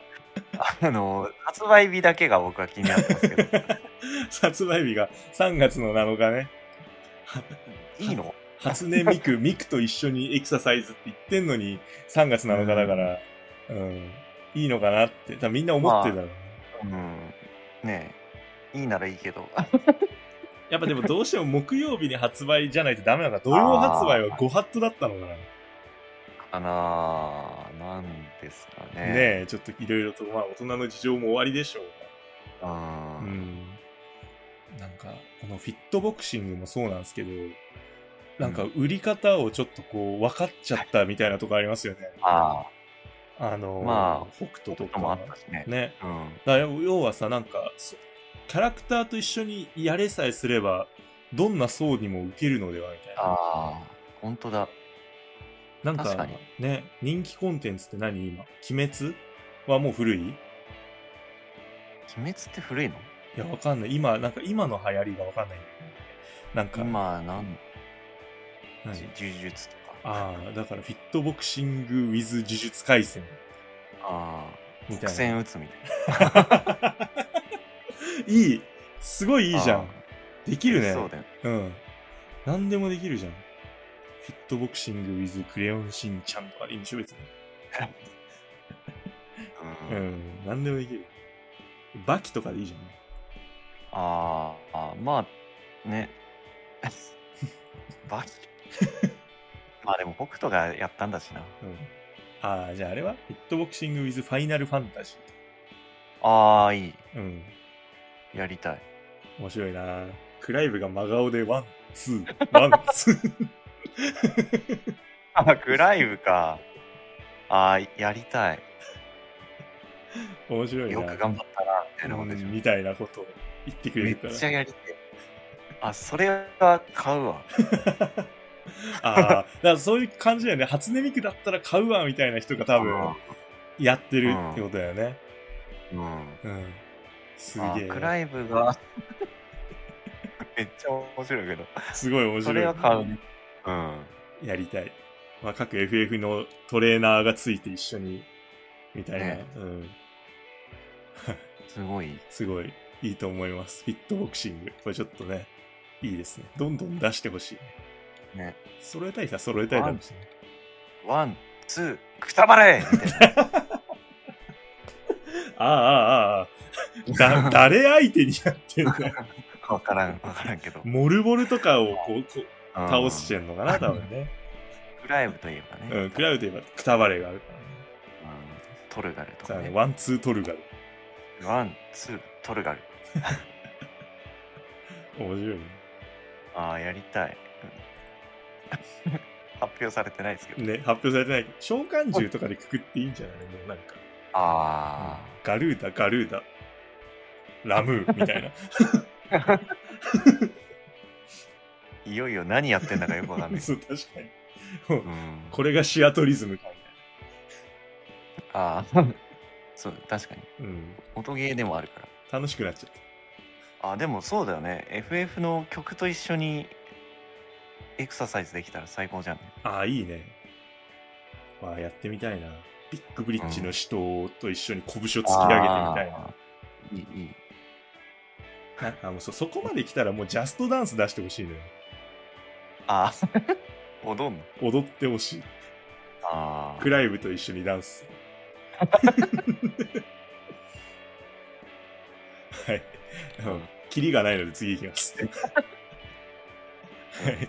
C: あの発売日だけが僕は気になってますけど
B: 発売日が3月の7日ね。
C: いいの
B: 初音ミ ク、ミクと一緒にエクササイズって言ってんのに、3月7日だから、 うん、いいのかなって、多分みんな思ってるだろうね。
C: うんねえいいならいいけど
B: やっぱでもどうしても木曜日に発売じゃないとダメなのか、土曜発売はご法度だったのかな。ね
C: かなーなんですかね
B: え、ちょっといろいろと、まあ大人の事情も終わりでしょう
C: う
B: が。
C: ん
B: ん。なんか、このフィットボクシングもそうなんですけど、なんか売り方をちょっとこう分かっちゃったみたいなとこありますよね。
C: あ
B: あのー
C: まあ
B: 北斗
C: あ
B: と
C: と
B: か
C: かもあったしね
B: ね。
C: うん
B: だから要はさ、なんか、そキャラクターと一緒にやれさえすれば、どんな層にも受けるのではみたいな。
C: ああ本当だ
B: なん
C: 確か
B: か
C: に、
B: ね、人気コンテンツって何今鬼滅はもう古いい
C: 鬼滅って古いの
B: や、わかんない。今、なんか今の流行りがわかんない。なんか、
C: 今なん
B: 何
C: 呪術とか
B: ああ、だからフィットボクシング with 呪術廻戦
C: ああ
B: みた
C: 伏
B: いな。
C: 線打つみたいない
B: いすごいいいじゃん。できるね。
C: そうだよ
B: うん。何でもできるじゃん。フィットボクシング with クレヨンしんちゃんとかでいいんでしょ別に。
C: う
B: うんん。何でもできる。バキとかでいいじ
C: あーあーまあね バキ まあでも北斗がやったんだしな
B: ゃん。うん。ああ、じゃああれはフィットボクシング with ファイナルファンタジ
C: ああいい
B: ー。うん。
C: やりたい
B: 面白いなクライブが真顔でワン、ツー、ワン、ツ ー。
C: あグライブかああやりたい
B: 面白いな
C: よく頑張ったなみたいなもんでし
B: う
C: ょ
B: んみたいなことを言ってくれ
C: め
B: るから
C: っ。ちゃやりてえあそれは買うわ
B: ああ、だからそういう感じだよね。初音ミクだったら買うわ、みたいな人が多分、やってるってことだよね。
C: うん
B: うん。す
C: あ
B: げえ。
C: クライブが めっちゃ面白いけど
B: すごい面白い。
C: それは買うねうん
B: やりたい。まあ、各 FF のトレーナーがついて一緒に、みたいな、
C: ね
B: うん。
C: すごい
B: すごいいいと思います。フィットボクシング。これちょっとね、いいですね。どんどん出してほしい。
C: ね。
B: 揃えたいさ、揃えたいだろうしね。
C: ワンツーくたばれみたいな
B: ああ、ああ、ああ。だ、誰相手にやってんだよ。
C: わからん、わからんけど。
B: モルボルとかをこうこう倒して
C: うん
B: んのかな、多分ね。
C: クライブといえばね。
B: うん、クラウといえばクタバレがあるからね
C: うんトルガルと
B: さ
C: か、
B: あ
C: ね。
B: ワンツートルガル。
C: ワン、ツー、トルガル。
B: 面白いね。
C: ああ、やりたい。うん 発表されてないですけど。
B: ね、発表されてないけど、召喚獣とかでくくっていいんじゃないもうなんか、
C: あ
B: ガルーダ、ガルーダ、ラムーみたいな。
C: あ、いよいよ何やってんだかよくわかんない。
B: そう、確かに。もう
C: うん、
B: これがシアトリズムか
C: ああ、そう、確かに。
B: みたいな。うん。
C: 音ゲーでもあるから。
B: 楽しくなっちゃった。
C: あでもそうだよね FF の曲と一緒にエクササイズできたら最高じゃん
B: ああ、いいね。まあ、やってみたいな。ビッグブリッジの死闘と一緒に拳を突き上げてみたいな。
C: いいいい
B: なんかもうそそこまで来たらもうジャストダンス出してほしいのよ。
C: あ ー踊んの
B: 踊ってほしい。
C: あ
B: クライブと一緒にダンス。はい。うんキリがないので次行きます。
C: ー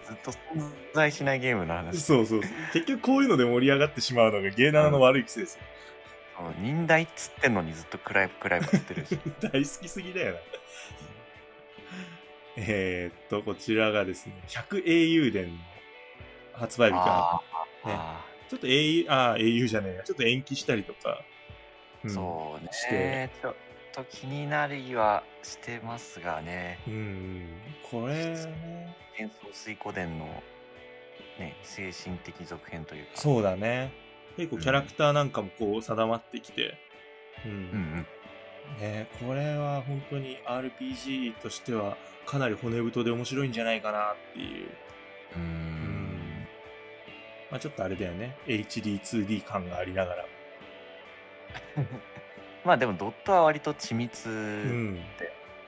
C: ずっと存在しないゲームの話
B: そうそうそう。結局こういうので盛り上がってしまうのが芸ナナの悪い癖ですよ。
C: うん忍耐っつってんのにずっとクライブクライブっつってるし
B: 大好きすぎだよな。えーっと、こちらがですね、100英雄伝の発売日か
C: あー、
B: ね
C: あ
B: ら、ちょっと英雄、ああ、英雄じゃねえや、ちょっと延期したりとか。う
C: ー
B: ん
C: そうね
B: して
C: ちょっと気になりはしてますがね
B: うんうん。これ、ね、
C: 幻想水湖伝のね精神的続編というか
B: そうだね。結構キャラクターなんかもこう定まってきて。うん。
C: うんうん
B: ね、これは本当に RPG としてはかなり骨太で面白いんじゃないかなっていう。
C: うーん
B: まあちょっとあれだよね。HD2D 感がありながら。
C: まあでもドットは割と緻密、
B: うん。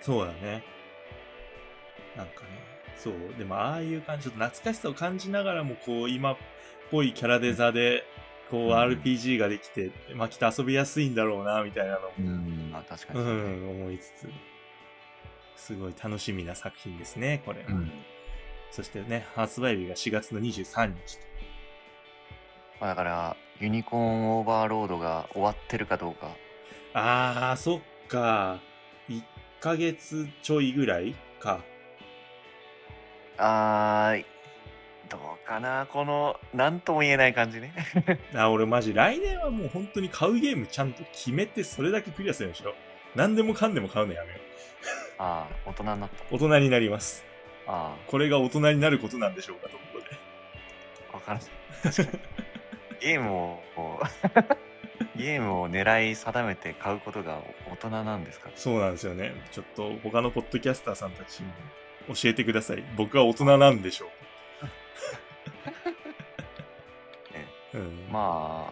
B: そうだね。なんかね。そう。でもああいう感じ、ちょっと懐かしさを感じながらも、こう、今っぽいキャラデザで、こう、
C: うん
B: RPG ができて、まあきっと遊びやすいんだろうな、みたいなのも、
C: うんまあ確か
B: う
C: に、
B: ん、思いつつ。すごい楽しみな作品ですね、これ。
C: うん
B: そしてね、発売日が4月の23日
C: まあ、だからユニコーンオーバーロードが終わってるかどうか
B: と。ああ、そっか。1ヶ月ちょいぐらいか。
C: あーどうかなこの何とも言えない感じ ね
B: あ、俺マジ来年はもう本当に買うゲームちゃんと決めてそれだけクリアするんでしょ。何でもかんでも買うのやめよ
C: ああ大人になっ
B: う。大人になります。
C: たあ
B: これが大人になることなんでしょうかとここで。
C: あ分からない確かにゲームを こうゲームを狙い定めて買うことが大人なんですか
B: そうなんですよね。ちょっと他のポッドキャスターさんたちに教えてください。僕は大人なんでしょうかうん、
C: ま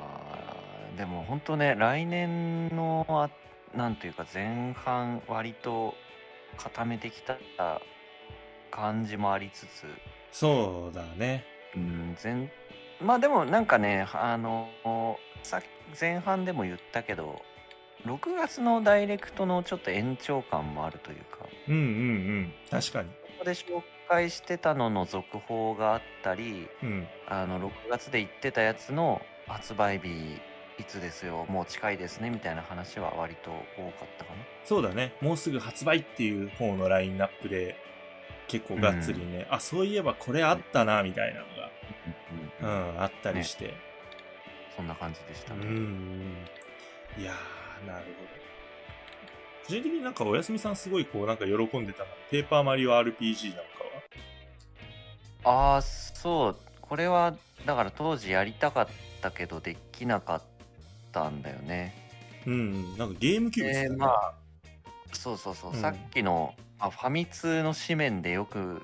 C: あでも本当ね来年のあなんというか前半割と固めてきた感じもありつつ、
B: そうだね。
C: うん、前まあでもなんかねあのさ前半でも言ったけど6月のダイレクトのちょっと延長感もあるというか
B: うんうんうん。確かに。
C: ここで紹介してたのの続報があったり
B: うん。
C: あの6月で言ってたやつの発売日いつですよもう近いですねみたいな話は割と多かったかな
B: そうだね。もうすぐ発売っていう方のラインナップで、結構がっつりね、あ、そういえばこれあったな、みたいなのが、う
C: うん
B: ん、あったりして。
C: そんな感じでした
B: うん
C: ね、
B: うん。いやー、なるほど。個人的になんかおやすみさんすごいこうなんか喜んでたな。ペーパーマリオ RPG なんかは。
C: ああそうこれはだから当時やりたかったけどできなかったんだよね
B: うんうん。なんかゲームキューブ
C: で
B: ね
C: まあそうそうそう、
B: うん
C: さっきのあファミ通の紙面でよく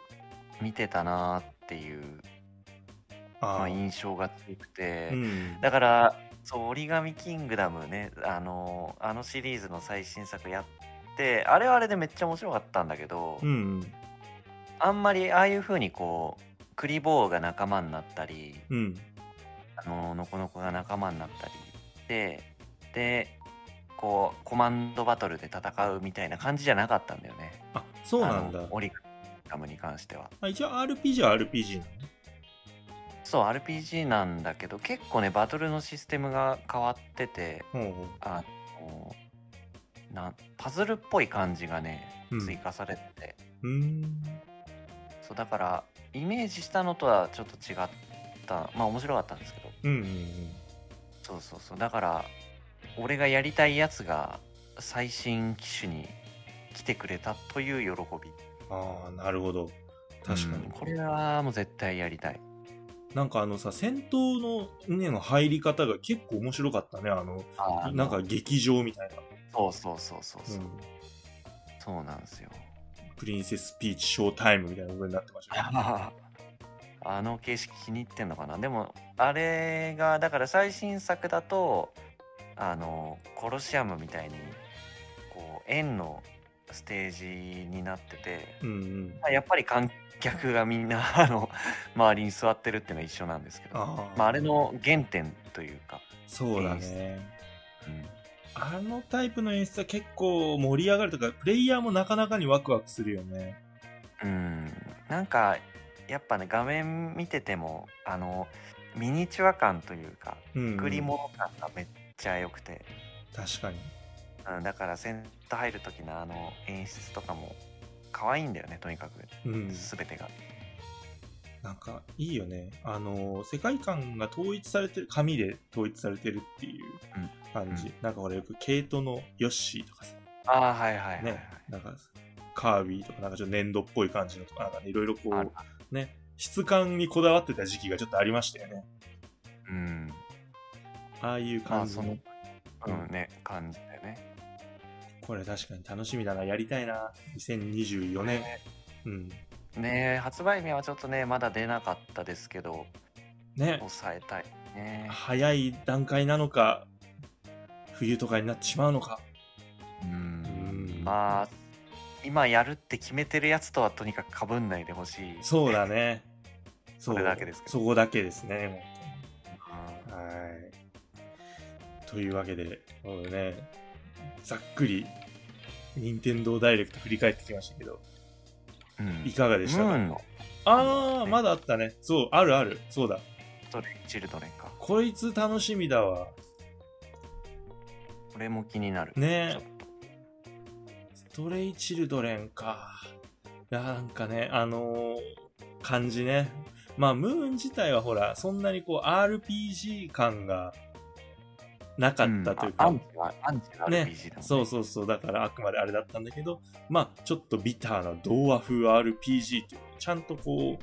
C: 見てたなーっていう、ま
B: あ
C: あ、
B: ー
C: 印象が強くて、
B: うん。
C: だからそう折り紙キングダムねあのあのシリーズの最新作やってあれはあれでめっちゃ面白かったんだけど、
B: うんうん。
C: あんまりああいう風にこうクリボーが仲間になったり
B: うん。
C: あのノコノコが仲間になったりででこうコマンドバトルで戦うみたいな感じじゃなかったんだよね。
B: あ、そうなんだ
C: あの。オリガムに関しては
B: あ一応 RPG は RPG なのね
C: そう RPG なんだけど結構ねバトルのシステムが変わってて
B: ほうほう
C: あのなパズルっぽい感じがね
B: うん
C: 追加されてて、
B: うーん。
C: そうだからイメージしたのとはちょっと違ったまあ面白かったんですけど
B: うんうんうん。
C: そうそうそうだから俺がやりたいやつが最新機種に来てくれたという喜び
B: ああ、なるほど。確かに。
C: うんこれはもう絶対やりたい
B: なんかあのさ、戦闘の、ね、の入り方が結構面白かったね。あの、
C: あー
B: なんか劇場みたいな。
C: そうそうそうそうそう、
B: うん
C: そうなんですよ
B: プリンセスピーチショータイムみたいなことになってましたね。
C: あの形式気に入ってんのかなでもあれがだから最新作だとあのコロシアムみたいにこう円のステージになってて
B: うんうん。
C: まあやっぱり観客がみんな あの周りに座ってるっていうのは一緒なんですけど
B: あー
C: まあ、あれの原点というか、
B: そうだね。
C: うん
B: あのタイプの演出は結構盛り上がるとか、プレイヤーもなかなかにワクワクするよね。
C: うんなんかやっぱね画面見ててもあのミニチュア感というか
B: うん、うん。
C: 作り物感がめっちゃ良くて、
B: 確かに。
C: うん、だからセンター入る時のあの演出とかも可愛いんだよねとにかく
B: うん。
C: 全てが、
B: なんか、いいよね。あの、世界観が統一されてる、紙で統一されてるっていう感じ。
C: うん
B: なんか俺よく、ケイトのヨッシーとかさ、
C: ああはいはいはい、はい
B: ね、なんか、カービィとか、なんかちょっと粘土っぽい感じのとか、なんかね、いろいろこ
C: ある
B: う、ね、質感にこだわってた時期がちょっとありましたよね。
C: うん
B: ああいう
C: ま
B: 感
C: あ
B: じ
C: そ
B: の。
C: の、う
B: うん
C: ん、ね感じだよね
B: これ確かに楽しみだな。やりたいな。2024年。うん。
C: ね発売日はちょっとねまだ出なかったですけど
B: ね。
C: 抑えたいね
B: 早い段階なのか、冬とかになってしまうのか。
C: うんまあ今やるって決めてるやつとはとにかくかぶんないでほしい
B: そうだね。そ
C: それだけですけど
B: そこだけですね。
C: うん
B: はい。というわけで、このね、ざっくり、任天堂ダイレクト振り返ってきましたけど、
C: うん
B: いかがでした
C: ム
B: か、
C: ーンの
B: あー、まだあったね。そう、あるある。そうだ。
C: ストレッチルドレンか
B: こいつ楽しみだわ。
C: これも気になる
B: ね
C: ちょっ
B: ストレイチルドレンか。いや、なんかね、あのー感じね。まあ、ムーン自体はほら、そんなにこう、RPG 感がなかったという
C: んあア
B: か、
C: ンチはアンチは RPG
B: ね
C: だもんね
B: そうそうそう、だからあくまであれだったんだけど、まあ、ちょっとビターな童話風 RPG っていう、ちゃんとこう、ね、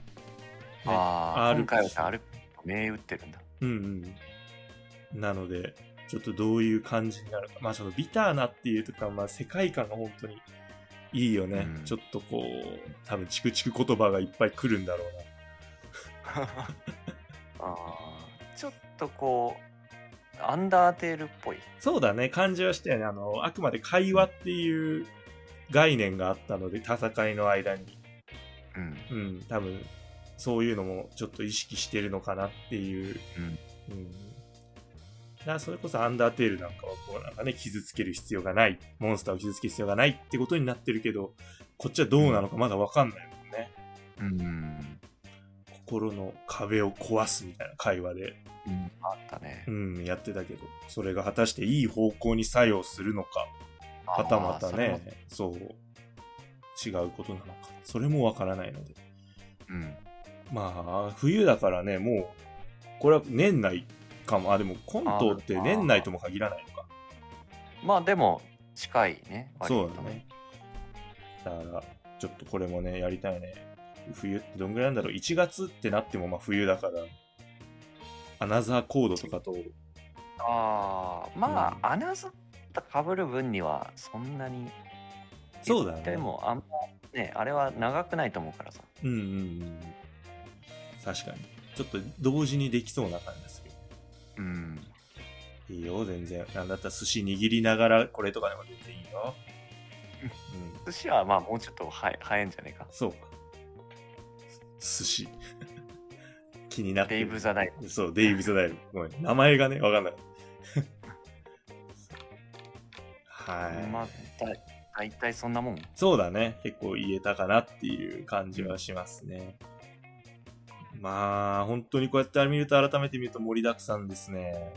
C: ああ
B: RPG
C: 今回はさ RPG 銘打ってるんだ
B: うんうん。なので、ちょっとどういう感じになるか。まあ、そのビターなっていうとか、まあ、世界観が本当にいいよね。
C: うん
B: ちょっとこう、多分チクチク言葉がいっぱい来るんだろうな。
C: あーちょっとこうアンダーテールっぽい
B: そうだね、感じはしたよね。あの、あくまで会話っていう概念があったので、戦いの間に。
C: うん
B: うん、多分、そういうのもちょっと意識してるのかなっていう。うんだからそれこそアンダーテールなんかはこうなんかね、傷つける必要がない、モンスターを傷つける必要がないってことになってるけど、こっちはどうなのかまだわかんないもんね。
C: うん、
B: 心の壁を壊すみたいな会話で、
C: うん、あったね
B: うん、やってたけど、それが果たしていい方向に作用するのか、はたま
C: あー
B: た
C: それも
B: ね、そう、違うことなのか、それもわからないので。
C: うん
B: まあ、冬だからね、もう、これは年内かも。あ、でも、コントって年内とも限らないのか。
C: まあでも近いね割
B: そう
C: と
B: だね。だから、ちょっとこれもね、やりたいね。冬ってどんぐらいなんだろう ?1 月ってなっても、まあ冬だから、アナザーコードとかと、
C: ああま
B: うん
C: あ、アナザーとかぶる分にはそんなに
B: そうだね
C: でもあんまねあれは長くないと思うからさ
B: うんうんうん。確かに。ちょっと同時にできそうな感じですけど。
C: うん
B: いいよ、全然。なんだったら寿司握りながらこれとかでも全然いい よ。うん。
C: 寿司はまあもうちょっとは早いんじゃねえか
B: そうか。す寿司。 気になって
C: デイブ・ザ・ナイト
B: そう、デイビスダイブ。ごめん。名前がね、わかんない。はい。
C: また大体そんなもん。
B: そうだね。結構言えたかなっていう感じはしますね。まあ、本当にこうやって見ると改めて見ると盛りだくさんですね。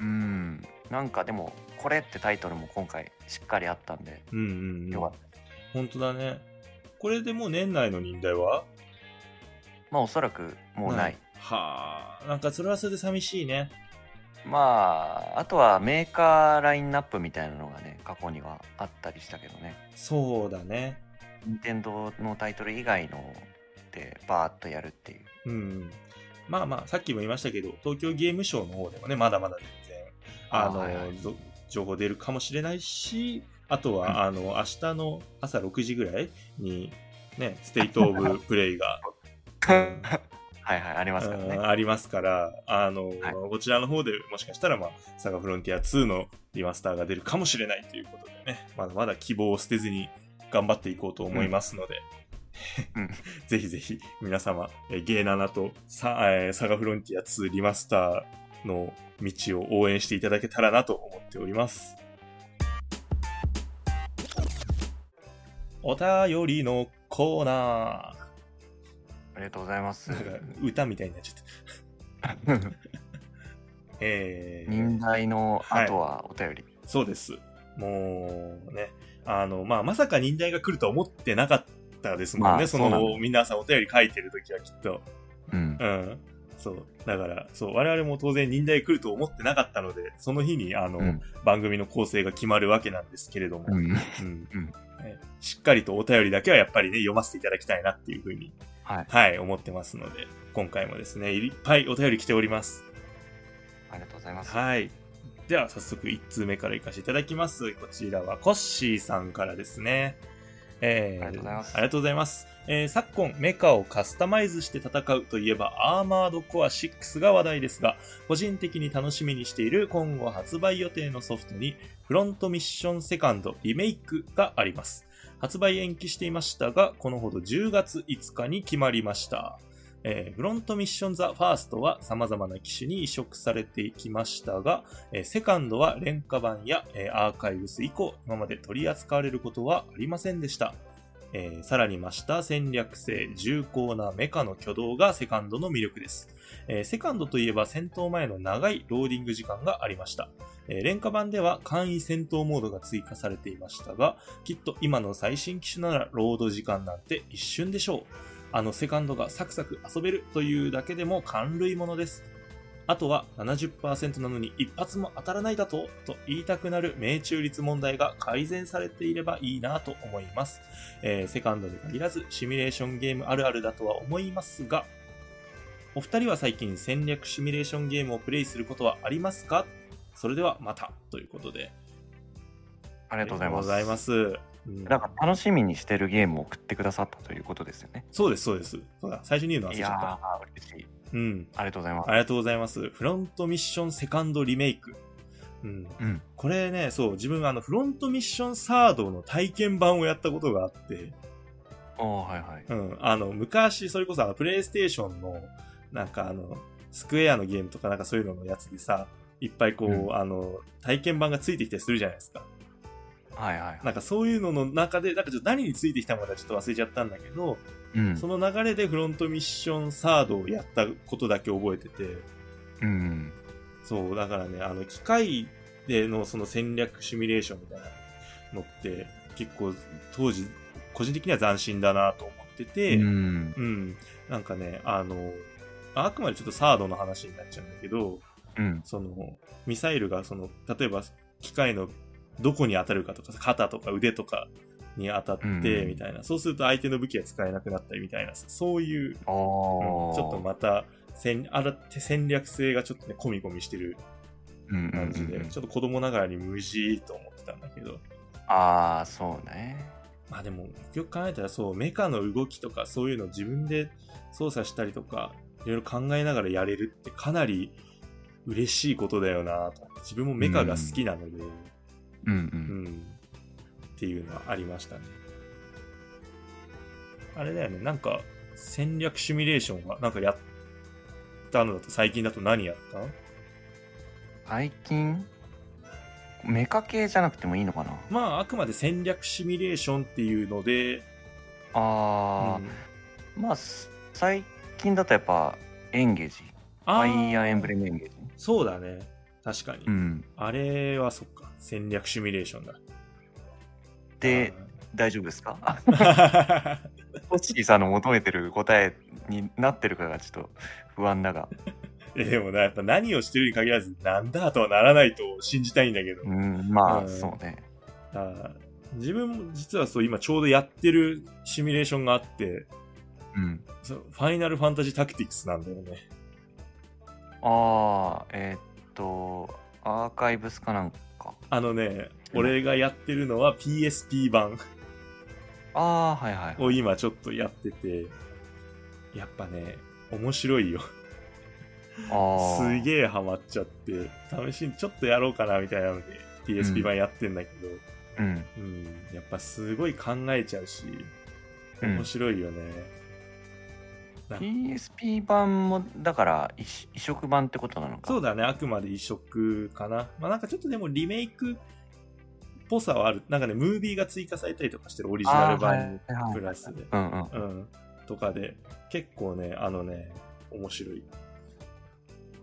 C: うん。なんかでも、これってタイトルも今回しっかりあったんで、
B: うんうん、うん。
C: よかった。
B: 本当だね。これでもう年内の忍耐は
C: まあおそらくもうない。
B: はあ。なんかそれはそれで寂しいね。
C: まあ、あとはメーカーラインナップみたいなのがね、過去にはあったりしたけどね。
B: そうだね。
C: 任天堂のタイトル以外のでバーッとやるっていう。
B: うん。まあまあ、さっきも言いましたけど、東京ゲームショウの方でもね、まだまだ全然、あの、
C: あはいはい
B: ぞ情報出るかもしれないし、あとは、あの、明日の朝6時ぐらいに、ね、ステイトオブプレ イが、うん
C: はいはい、ありますからね。
B: ありますから、あの、
C: い
B: こちらの方でもしかしたら、まあ、サガフロンティア2のリマスターが出るかもしれないということでね、まだまだ希望を捨てずに頑張っていこうと思いますので、
C: うん
B: ぜひぜひ皆様、えーゲーナナとサ,、えーサガフロンティア2リマスターの道を応援していただけたらなと思っております。お便りのコーナー。
C: ありがとうございます
B: な。んか歌みたいになっちゃった。 えー、
C: 忍耐の後はお便り。
B: そうです。もうね、あの、まあ、まさか忍耐が来るとは思ってなかったですもんね、
C: まあ
B: そ
C: そうなん
B: の、皆さんお便り書いてるときはきっと。
C: うん。
B: うん。そう。だから、そう、我々も当然忍耐来ると思ってなかったので、その日に、あの、
C: うん
B: 番組の構成が決まるわけなんですけれども、
C: うん
B: うん
C: うん
B: ねしっかりとお便りだけはやっぱりね、読ませていただきたいなっていうふうに、
C: はい
B: はい、思ってますので、今回もですね、いっぱいお便り来ております。
C: ありがとうございます。
B: はい。では早速1通目からいかせていただきます。こちらはコッシーさんからですね。えー
C: ありがとうございます
B: ありがとうございます。えー昨今、メカをカスタマイズして戦うといえば、アーマードコア6が話題ですが、個人的に楽しみにしている今後発売予定のソフトに、フロントミッションセカンドリメイクがあります。発売延期していましたが、このほど10月5日に決まりました。えーフロントミッションザ・ファーストは様々な機種に移植されていきましたが、えーセカンドは廉価版や、えーアーカイブス以降、今まで取り扱われることはありませんでした。えーさらに増した戦略性、重厚なメカの挙動がセカンドの魅力です。えーセカンドといえば戦闘前の長いローディング時間がありました。えー廉価版では簡易戦闘モードが追加されていましたが、きっと今の最新機種ならロード時間なんて一瞬でしょう。あのセカンドがサクサク遊べるというだけでも感類ものです。あとは70%なのに一発も当たらないだとと言いたくなる命中率問題が改善されていればいいなと思います、えーセカンドに限らずシミュレーションゲームあるあるだとは思いますが、お二人は最近戦略シミュレーションゲームをプレイすることはありますかそれではまたということで。
C: あり
B: あ
C: がとうございます。
B: りがとうございますうん
C: なんか楽しみにしてるゲームを送ってくださったということですよね。
B: そうです、そうです。そうだ、最初に言うの忘れ
C: い
B: ちゃ
C: や
B: った。
C: ー、嬉しい。
B: うん。
C: ありがとうございます
B: あ。りがとうございます。フロントミッションセカンドリメイク。うん、
C: うん。
B: これね、そう、自分あの、フロントミッションサードの体験版をやったことがあって、
C: おー、はいはい。
B: うん、あの、昔、それこそあの、プレイステーションの、なんかあの、スクエアのゲームとかなんかそういうののやつでさ、いっぱいこう、
C: うん
B: あの、体験版がついてきたりするじゃないですか。
C: はいはい。
B: なんかそういうのの中で、なんかちょっと何についてきたのかちょっと忘れちゃったんだけど、
C: うん
B: そ。の流れでフロントミッションサードをやったことだけ覚えてて、
C: うん。
B: そう、だからね、あの、機械でのその戦略シミュレーションみたいなのって、結構当時、個人的には斬新だなと思ってて、
C: う
B: うん、
C: ん。
B: なんかね、あの、あくまでちょっとサードの話になっちゃうんだけど、
C: うん。
B: その、ミサイルがその、例えば機械のどこに当たるかとか、肩とか腕とかに当たっ
C: うん
B: て、みたいな、そうすると相手の武器が使えなくなったりみたいな、そういう
C: お
B: うん
C: ー。
B: ちょっとまた戦あら戦略性がちょっとね、コミコミしてる
C: うん
B: 感じ
C: うん
B: で、
C: うんうん
B: ちょっと子供ながらに無事と思ってたんだけど、
C: ああ、そうね。
B: まあでも、よくよく考えたら、そう、メカの動きとか、そういうのを自分で操作したりとか、いろいろ考えながらやれるって、かなり嬉しいことだよなと。自分もメカが好きなので、
C: うんう。
B: うんん、っていうのはありましたね。あれだよね、なんか、戦略シミュレーションは、なんかやったのだと、最近だと何やった
C: 最近メカ系じゃなくてもいいのかな
B: まあ、あくまで戦略シミュレーションっていうので、
C: あー、
B: うん
C: まあす最近だとやっぱエンゲージ
B: あ
C: フ
B: ー
C: ァイアーエンブレムエンゲージ
B: そうだね。確かに。
C: うん
B: あれはそっか。戦略シミュレーションだ。
C: で大丈夫ですかあ
B: あー、
C: トッシーさんの求めてる答えになってるかがちょっと不安だが
B: えでもな、やっぱ何をしてるに限らず、なんだとはならないと信じたいんだけど。
C: うんま
B: うん
C: あそうね
B: あー自分も実はそう、今ちょうどやってるシミュレーションがあって、
C: うん
B: そうファイナルファンタジータクティクスなんだよね。
C: ああえーっとアーカイブスかなんか
B: あのね、俺がやってるのは PSP 版
C: ああはいはい
B: を今ちょっとやってて、やっぱね、面白いよ。
C: あ
B: す
C: え
B: げえハマっちゃって、試しにちょっとやろうかなみたいなので、PSP 版やってんだけど、
C: うん
B: うん、やっぱすごい考えちゃうし、
C: うん
B: 面白いよね。な
C: PSP 版もだから移植移植版ってことなのか
B: そうだね、あくまで移植かな。まあなんかちょっとでもリメイクっぽさはある。なんかね、ムービーが追加されたりとかしてるオリジナル版
C: あーはいはいはい
B: プラスで。
C: うんうん
B: うん。とかで、結構ね、あのね、面白い。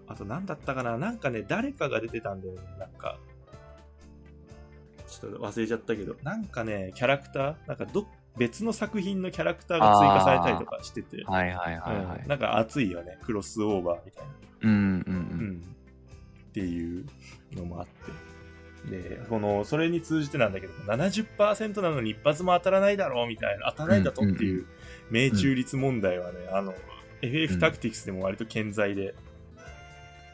B: あと何だったかななんかね、誰かが出てたんだよね。なんか、ちょっと忘れちゃったけど、なんかね、キャラクター、なんかど別の作品のキャラクターが追加されたりとかしてて、
C: はいはいはいは
B: うん
C: い
B: なんか熱いよね。クロスオーバーみたいな。
C: うんうんう
B: うんん、っていうのもあってでこのそれに通じてなんだけど70%なのに一発も当たらないだろうみたいな当たらないだとっていう命中率問題はね、あの FF タクティクスでも割と健在で、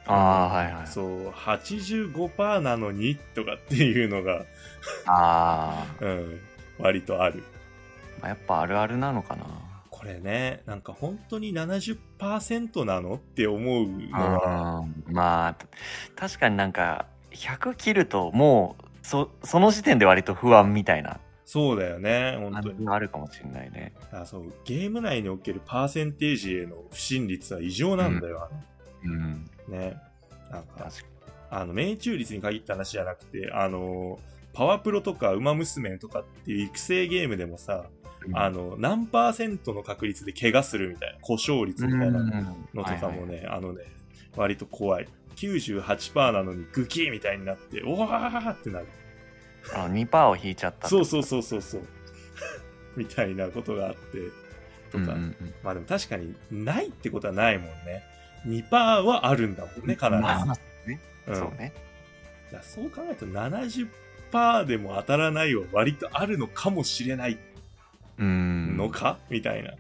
C: ああはいはい
B: そう85%なのにとかっていうのが、
C: ああ
B: うん、割とある
C: まあやっぱあるあるなのかな
B: これねなんか本当に70%なのって思うの
C: あ
B: は
C: ーまあた確かになんか100切るともうそその時点で割と不安みたいな
B: そうだよね本
C: 感
B: 当
C: じ
B: に
C: があるかもしれないね。
B: あそうゲーム内におけるパーセンテージへの不審率は異常なんだよ、
C: うん、
B: あのねなんか
C: 確かに
B: あの命中率に限った話じゃなくてあのパワプロとかウマ娘とかっていう育成ゲームでもさ、あの何パーセントの確率で怪我するみたいな故障率みたいなのとかもね、あのね割と怖い98%なのにグキーみたいになっておわーってなる
C: あの2%を引いちゃった
B: そうそうそうそうそう みたいなことがあってと
C: うん
B: か、
C: うん
B: まあでも確かにないってことはないもんね。2%はあるんだもんね、必ず。
C: うんまあ
B: うん
C: そうね
B: いやそう考えると70%でも当たらないは割とあるのかもしれない
C: うん
B: のか、みたいな。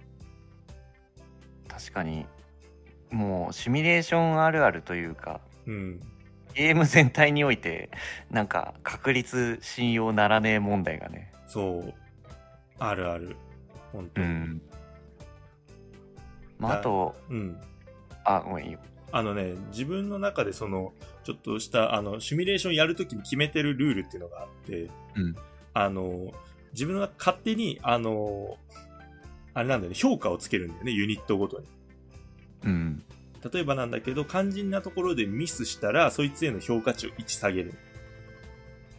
C: 確かにもうシミュレーションあるあるというか
B: うん。
C: ゲーム全体においてなんか確率信用ならねえ問題がね、
B: そう。あるある。本当に。
C: まあ、あと
B: うん。
C: あごめんいいよ
B: あのね、自分の中でその、ちょっとした、あの、シミュレーションやるときに決めてるルールっていうのがあって、
C: うん
B: あの、自分が勝手に、あの、あれなんだよね、評価をつけるんだよね、ユニットごとに。
C: うん
B: 例えばなんだけど肝心なところでミスしたらそいつへの評価値を1下げる、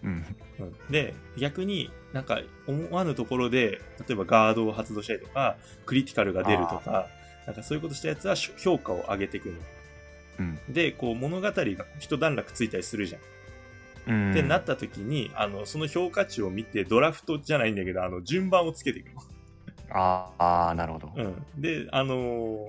C: うん
B: うんで逆になんか思わぬところで例えばガードを発動したりとかクリティカルが出るとかなんかそういうことしたやつはし評価を上げていくの
C: うん
B: でこう物語が一段落ついたりするじゃん、
C: うん
B: ってなった時にあのその評価値を見てドラフトじゃないんだけどあの順番をつけていくの、
C: あーあーなるほど、
B: うん、であのー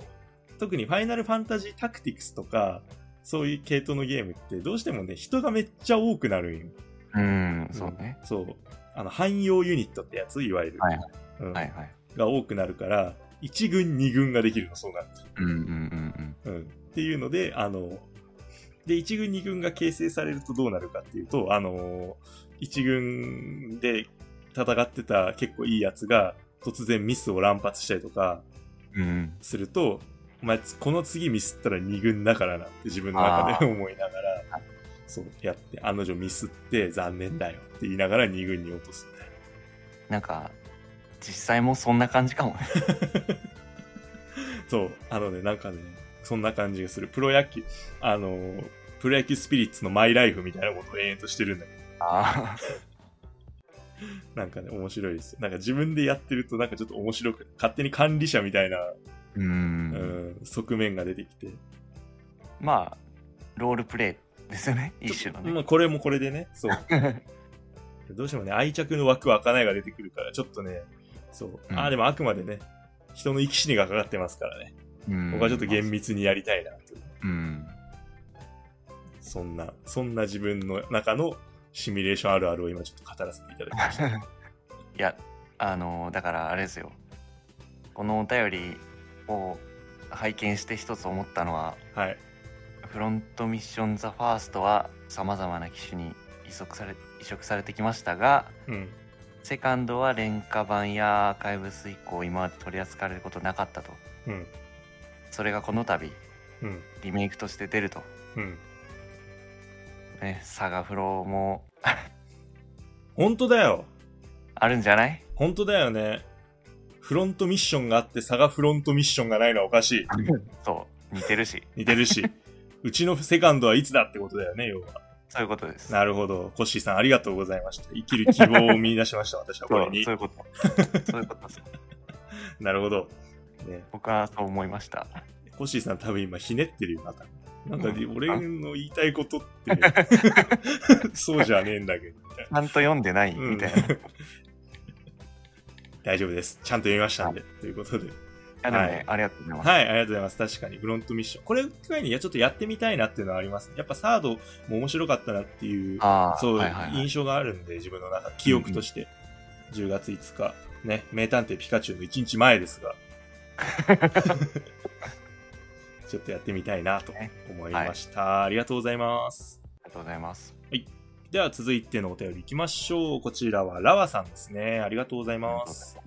B: 特に「ファイナルファンタジータクティクス」とかそういう系統のゲームってどうしてもね人がめっちゃ多くなるんよ
C: うん、そうね。
B: そう。あの、汎用ユニットってやつ、いわゆる。
C: はい
B: うん
C: はいはい。
B: が多くなるから、1軍、2軍ができるの、そうなる
C: うんうんうん
B: と。うん。っていうので、あの、で、1軍、2軍が形成されるとどうなるかっていうと、あの、1軍で戦ってた結構いいやつが、突然ミスを乱発したりとか
C: うん。うん。
B: すると、お前、この次ミスったら2軍だからなって自分の中で思いながら、そうやって、案の定ミスって残念だよって言いながら2軍に落とすみたいな。
C: なんか、実際もそんな感じかもね。
B: そう、あのね、なんかね、そんな感じがする。プロ野球、あのー、プロ野球スピリッツのマイライフみたいなことを延々としてるんだけど。
C: あ
B: なんかね、面白いです。なんか自分でやってると、なんかちょっと面白く、勝手に管理者みたいな、
C: ーう。
B: うんん、側面が出てきて。
C: まあ、ロールプレイですよね、一種のね。
B: まあ、これもこれでね、そう。 どうしてもね、愛着の枠は開かないが出てくるから、ちょっとね、そう。あ
C: う
B: あ、
C: ん
B: でもあくまでね、人の生き死にがかかってますからね。
C: うん
B: 僕はちょっと厳密にやりたいなという。
C: うん。
B: そんな、そんな自分の中のシミュレーションあるあるを今ちょっと語らせていただきました。
C: いや、あのだからあれですよ。このお便りを拝見して一つ思ったのは、
B: はい。
C: フロントミッション・ザ・ファーストはさまざまな機種に移植され移植されてきましたが
B: うん。
C: セカンドは廉価版やアーカイブス以降今まで取り扱われることなかったと
B: うん。
C: それがこの度
B: うん。
C: リメイクとして出ると、
B: うん。
C: ね、サガフロも
B: 本当だよ。
C: あるんじゃない
B: 本当だよね。フロントミッションがあって、差がフロントミッションがないのはおかしい。
C: そう似てるし
B: 似てるし。 うちのセカンドはいつだってことだよね、要は。
C: そういうことです
B: なるほど。コッシーさん、ありがとうございました。生きる希望を見出しました、私はこ
C: そう
B: れに
C: そう。いうことそういうことです
B: なるほど。ね、
C: 僕はそう思いました
B: コッシーさん、多分今、ひねってるよ、また。なんか、
C: うん
B: 俺の言いたいこ とって、そうじゃねえんだけど、みたいな
C: ちゃんと読んでない
B: うん
C: みたい な、い
B: 大丈夫です。ちゃんと読みましたんで。ということで。
C: やでもね、
B: はい
C: ありがとうございます、
B: はい、ありがとうございます。確かに、フロントミッション。これを機会に、いや、ちょっとやってみたいなっていうのはあります。やっぱサードも面白かったなっていう、
C: ああ
B: そう、
C: はいはいはい
B: 印象があるんで、自分の中、記憶として。10月5日、ね、名探偵ピカチュウの1日前です が。ちょっとやってみたいなと思いました。ありがとうございます。
C: ありがとうございます
B: では続いてのお便りいきましょう。こちらはラワさんですね。ありがとうございます。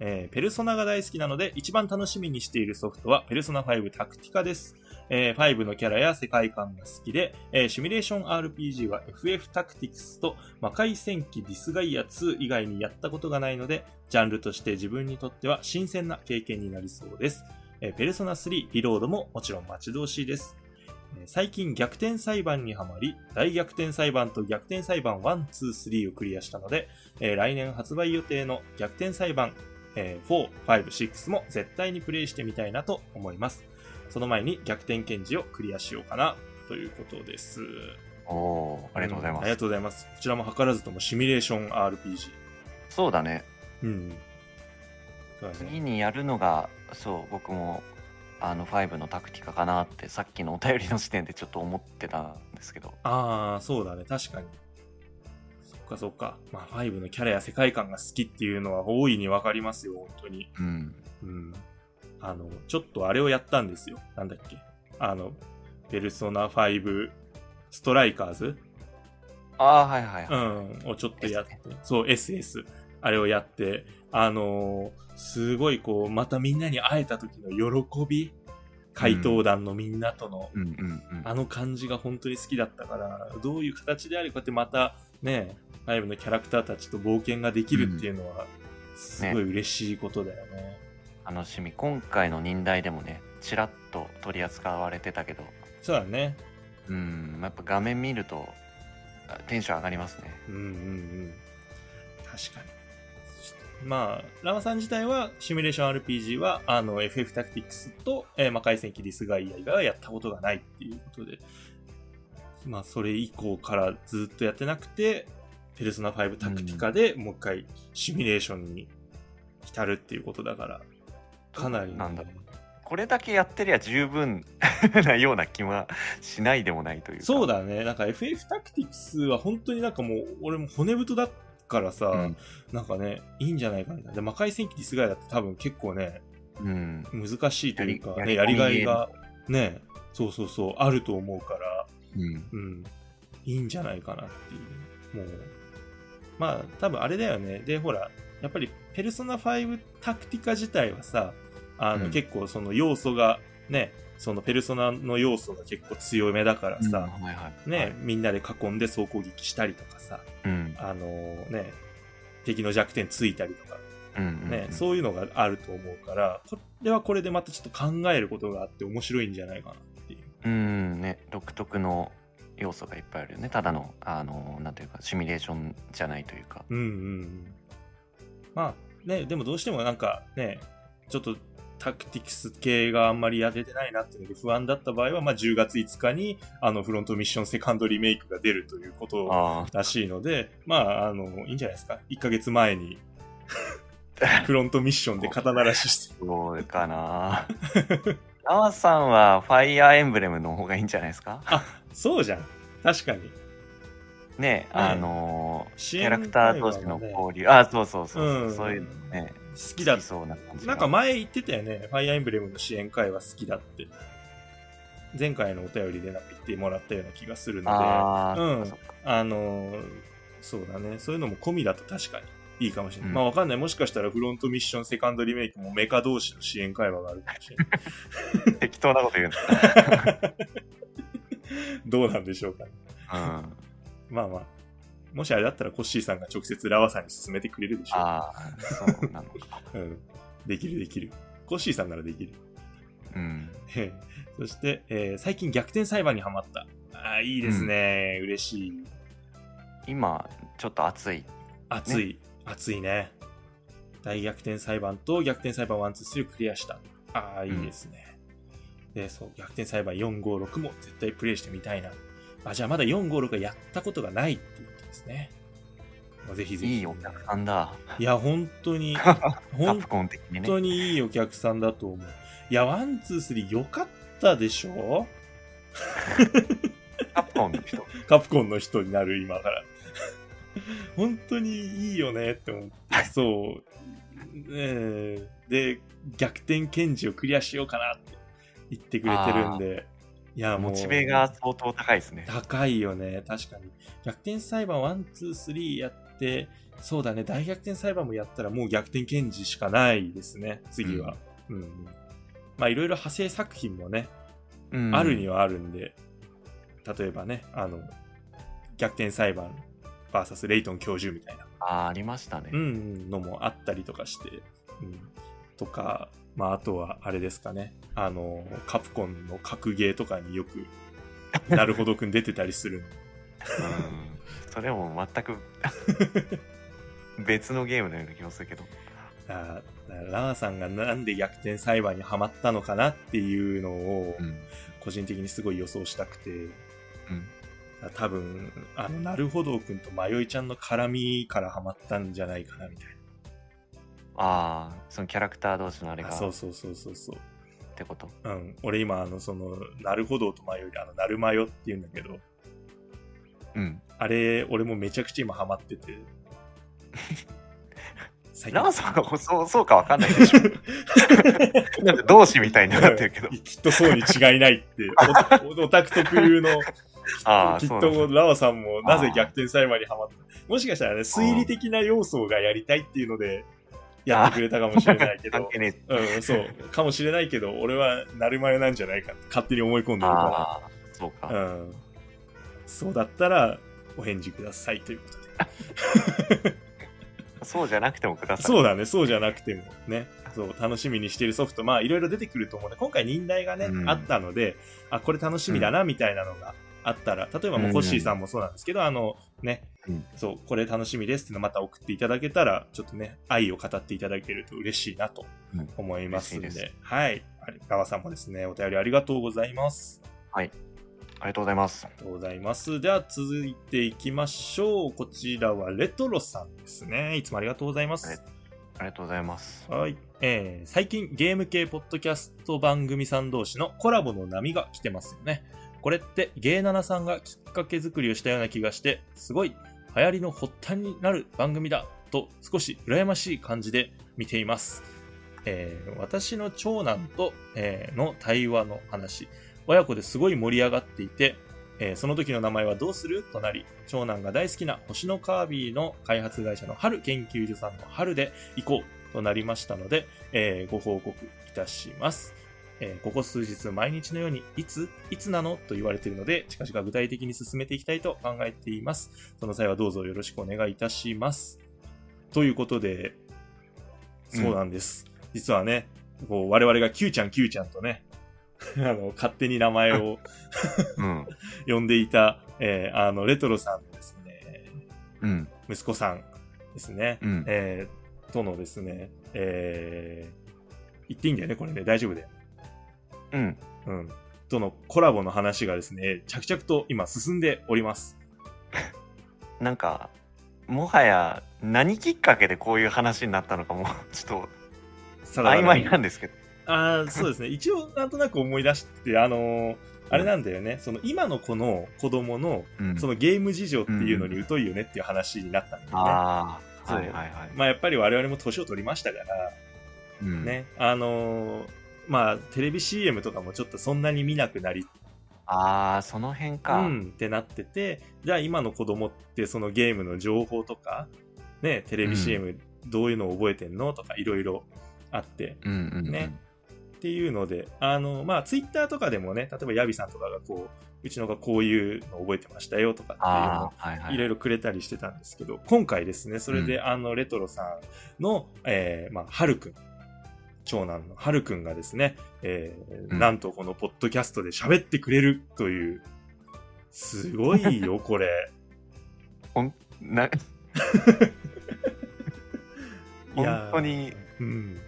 B: えーペルソナが大好きなので一番楽しみにしているソフトはペルソナ5タクティカです。えー5のキャラや世界観が好きで、えーシミュレーション RPG は FF タクティクスと魔界戦記ディスガイア2以外にやったことがないので、ジャンルとして自分にとっては新鮮な経験になりそうです。えーペルソナ3リロードももちろん待ち遠しいです。えー最近逆転裁判にはまり、大逆転裁判と逆転裁判1、2、3をクリアしたので、えー来年発売予定の逆転裁判えー4、5、6も絶対にプレイしてみたいなと思います。その前に逆転検事をクリアしようかなということです。
C: おおーありがとうございま
B: ん
C: す、
B: ありがとうございます。こちらも図らずともシミュレーション RPG。
C: そうだね
B: うん。そうだね。
C: 次にやるのがそう僕もあの5のタクティカかなってさっきのお便りの時点でちょっと思ってたんですけど
B: ああ、そうだね。確かに。そっかそっか。まあ、5のキャラや世界観が好きっていうのは大いにわかりますよ、本当に。
C: うん
B: うん。あの、ちょっとあれをやったんですよ。なんだっけ。あの、ペルソナ5ストライカーズ
C: ああはいはいは
B: う
C: い、
B: ん、をちょっとやって、そう、SS、あれをやって、あのーすごいこう、またみんなに会えた時の喜び、回答団のみんなとの、
C: うん、うんうん
B: あの感じが本当に好きだったから、どういう形であれ、こうやってまたね、ライブのキャラクターたちと冒険ができるっていうのは、すごい嬉しいことだよね。
C: 楽しみ今回の忍耐でもねちらっと取り扱われてたけど
B: そうだね。
C: うんやっぱ画面見るとあテンション上がりますね
B: うんうんうん。確かに。まあ、ラマさん自体は、シミュレーション RPG は、あの、FF タクティクスと、えー魔界戦記ディスガイア以外はやったことがないっていうことで、まあ、それ以降からずっとやってなくて、ペルソナ5タクティカでもう一回シミュレーションに浸るっていうことだから、かなり、
C: なんだろこれだけやってりゃ十分 なような気はしないでもないというか
B: そうだね。なんか FF タクティクスは本当になんかもう、俺も骨太だからさ、
C: うん
B: なんかね、いいんじゃないかみたいな。で、魔界戦記ディスガイだって多分結構ね、
C: うん
B: 難しいというか、
C: や
B: ね、
C: り
B: やりがい
C: やり
B: が、ね、そうそうそう、あると思うから、
C: うん
B: うん、いいんじゃないかなっていう。もう、まあ、多分あれだよね。で、ほら、やっぱり、ペルソナ5タクティカ自体はさ、あの、
C: うん
B: 結構その要素が、ね、そのペルソナの要素が結構強めだからさ、
C: うんはいはい
B: ね、
C: はい
B: みんなで囲んで総攻撃したりとかさ、
C: うん
B: あのね、敵の弱点ついたりとか、
C: うんうんうん
B: ね、そういうのがあると思うから、これはこれでまたちょっと考えることがあって面白いんじゃないかなってい
C: う
B: う。
C: んね独特の要素がいっぱいあるよね。ただの、あの、なんていうか、シミュレーションじゃないというか。
B: うんうんうん。まあね、でもどうしてもなんかね、ちょっとタクティクス系があんまりやれてないなっていうので不安だった場合は、まあ10月5日にあのフロントミッションセカンドリメイクが出るということ
C: あ
B: らしいので、まあ、あの、いいんじゃないですか。1ヶ月 前にフロントミッションで肩慣らしして。
C: あ、どうか な。ラワさんは、ファイアーエンブレムの方がいいんじゃないですか
B: そうじゃん。確かに。
C: ね、
B: はい
C: あの、
B: キ
C: キャラクター同士の
B: 好
C: 交流。あ、そうそうそうそう、
B: うん
C: そういうのね。
B: きだ
C: 好きそうな感じが
B: なんか前言ってたよね、ファイアーエンブレムの支援会は好きだって。前回のお便りでなんか言ってもらったような気がするので、あ
C: あー
B: うん
C: そっか
B: のーそうだね、そういうのも込みだと確かにいいかもしれない。
C: うん
B: まあわかんない、もしかしたらフロントミッション、セカンドリメイクもメカ同士の支援会話があるかもしれない。
C: そっか適当なこと言うの。
B: どうなんでしょうか、
C: うん。
B: まあまあ、もしあれだったらコッシーさんが直接ラワさんに勧めてくれるでしょ
C: ああ、そうなのか。
B: う。うん、できるできる。コッシーさんならできる。
C: うん。
B: えー そして、えー最近逆転裁判にはまった。あーいいですね、嬉しい。
C: 今、ちょっと暑い。
B: 熱い、熱いね。大逆転裁判と逆転裁判123をクリアした。ああ、いいですね。で、そう、逆転裁判456も絶対プレイしてみたいな。あ、じゃあまだ456がやったことがないっていうことですね。まあぜひぜひ。
C: いいお客さんだ。
B: いや、本 当に、
C: カ
B: 本
C: プコン的に
B: 本
C: ね。
B: 当にいいお客さんだと思う。いや、ワン、ツー、スリー良かったでしょ
C: カプコンの人。
B: カプコンの人になる今から。 本当にいいよねって思って、そう。えーで、逆転検事をクリアしようかなって言ってくれてるんで、いや、もう。
C: モチベが相当高いですね。
B: 高いよね、確かに。逆転裁判1、2、3やって、そうだね、大逆転裁判もやったらもう逆転検事しかないですね、次は。うん。まあ、いろいろ派生作品もね、
C: うん
B: あるにはあるんで、例えばね、あの、逆転裁判 VS レイトン教授みたいな、
C: あーありましたね。
B: うんうん、のもあったりとかして、うん、とか、まあ、あとはあれですかね、あの、カプコンの格ゲーとかによく、なるほどくん出てたりするんで
C: うんそれも全 く別のゲームのような気もするけど。
B: あーラーさんがなんで逆転裁判にはまったのかなっていうのを
C: うん
B: 個人的にすごい予想したくて、
C: うん
B: 多分あのなるほどくんと迷いちゃんの絡みからはまったんじゃないかなみたい
C: ああ、そのキャラクター同士のあれ
B: な
C: が
B: あそうそうそうそうそう
C: ってこと。
B: うん俺今あのそのなるほどと迷いあのなるまよっていうんだけど
C: うん。
B: あれ俺もめちゃくちゃ今ハマっ てて最
C: ラーさんのそうそうかわかんないで しょ。なんか同志みたいになってるけど。
B: きっとそうに違 いないっておおオタク特有の
C: ああ、
B: きっ
C: そうなん
B: と
C: だ
B: ラワさんもなぜ逆転裁判にはまったもしかしたらね推理的な要素がやりたいっていうのでやってくれたかもしれないけ
C: 関
B: ど
C: 係ねえ。
B: うんそうかもしれないけど俺はなるまよなんじゃないかって勝手に思い込んでるか
C: ああ、そうか。
B: ら、うん、そうだったらお返事くださいということで
C: そうじゃなくてもください。
B: そうだねそうじゃなくてもねそう楽しみにしているソフトまあいろいろ出てくると思うね今回忍耐がね、
C: うん
B: あったのであこれ楽しみだなみたいなのがあったら例えばもうコッシーさんもそうなんですけど、あのね、
C: うん
B: そうこれ楽しみですっていうのまた送っていただけたらちょっとね愛を語っていただけると嬉しいなと
C: うん
B: 思いますんで,、
C: 嬉しいで
B: はいガワさんもですねお便りありがとうございます
C: ありがとうございます。
B: ありがとうございますでは続いていきましょうこちらはレトロさんですねいつもありがとうございます、
C: はいありがとうございます。
B: はい、えー最近ゲーム系ポッドキャスト番組さん同士のコラボの波が来てますよねこれってゲーナナさんがきっかけ作りをしたような気がしてすごい流行りの発端になる番組だと少し羨ましい感じで見ています、えー私の長男と、えーの対話の話親子ですごい盛り上がっていてえーその時の名前はどうするとなり、長男が大好きな星のカービィの開発会社の春研究所さんの春で行こうとなりましたので、えーご報告いたします。えーここ数日毎日のように、いついつなのと言われているので、近々具体的に進めていきたいと考えています。その際はどうぞよろしくお願いいたします。ということで、そうなんです。実はね、こう我々が Q ちゃん Q ちゃんとね、あの、勝手に名前を
C: うん。
B: 呼んでいた、えーあの、レトロさんのですね、
C: うん。
B: 息子さんですね、
C: うん。
B: えーとのですね、えー言っていいんだよね、これね、大丈夫で。
C: うん。
B: うん。とのコラボの話がですね、着々と今進んでおります。
C: なんか、もはや、何きっかけでこういう話になったのかも、 ちょっ
B: さ
C: と
B: だ
C: 曖昧
B: ね
C: なんですけど。
B: ああ、そうですね。一応、なんとなく思い出して、あのーあれなんだよね。その、今の子の子供の、
C: うん
B: そのゲーム事情っていうのに疎いよねっていう話になったんだよね。
C: ああ、
B: そう
C: はいはいはい。
B: まあ、やっぱり我々も年を取りましたから、
C: うん、
B: ね。あのーまあ、テレビ CM とかもちょっとそんなに見なくなり、
C: ああ、その辺
B: う
C: か。
B: ん、ってなってて、じゃあ今の子供ってそのゲームの情報とか、ね、テレビ CM どういうのを覚えてんのとか、いろいろあって、
C: うんうんうん
B: ね。っていうので、あの、まあ、ツイッターとかでもね、例えばヤビさんとかがこう、うちのがこういうの覚えてましたよとかっていうの
C: あ
B: を
C: あ、はいはい。
B: いろいろくれたりしてたんですけど、今回ですね、それで、
C: う
B: あの、レトロさんの、えーまあ、はるくん、長男のはるくんがですね、えー
C: うん
B: なんとこのポッドキャストで喋ってくれるという、すごい よ、これ。
C: な
B: いや
C: 本
B: ー
C: 当に、
B: うん。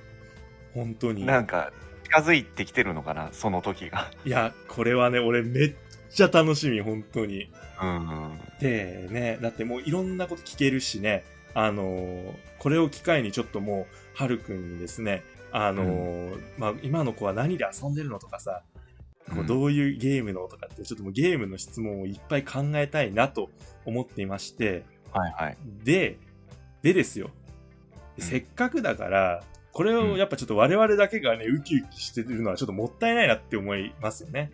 B: 本当に。
C: なんか、近づいてきてるのかな、その時が。
B: いや、これはね、俺めっちゃ楽しみ、本当に。
C: うんうん。
B: でねだってもういろんなこと聞けるしねあのーこれを機会にちょっともうはるくんにですねあのーまあ、今の子は何で遊んでるのとかさ、こうどういうゲームのとかってちょっともうゲームの質問をいっぱい考えたいなと思っていまして
C: はいはい。
B: ででですよ
C: うん
B: せっかくだからこれ
C: う
B: を
C: ん
B: やっぱちょっと我々だけがねウキウキしてるのはちょっともったいないなって思いますよね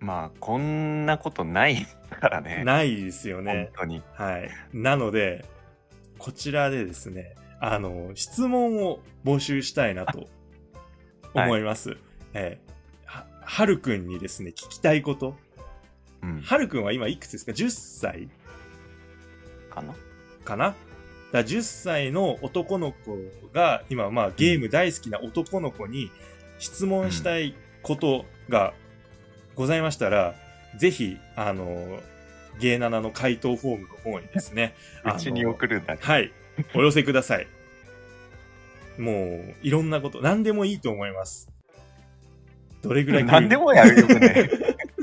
C: まあ、こんなことないからね。
B: ないですよね
C: 本当に。
B: はい。なので、こちらでですね、あの、質問を募集したいなと
C: はい
B: 思います。えーは、はるくんにですね、聞きたいこと。
C: うん。
B: はるくんは今いくつですか ?10 歳
C: かな。
B: かなだから10歳の男の子が、今まあゲーム大好きな男の子に質問したいことがございましたら、ぜひ、あの、ゲイナナの回答フォームの方にですね、
C: うちに
B: あの
C: 送るんだ。
B: はい。お寄せください。もう、いろんなこと、何でもいいと思います。どれぐら い
C: 何でもやるよく ね。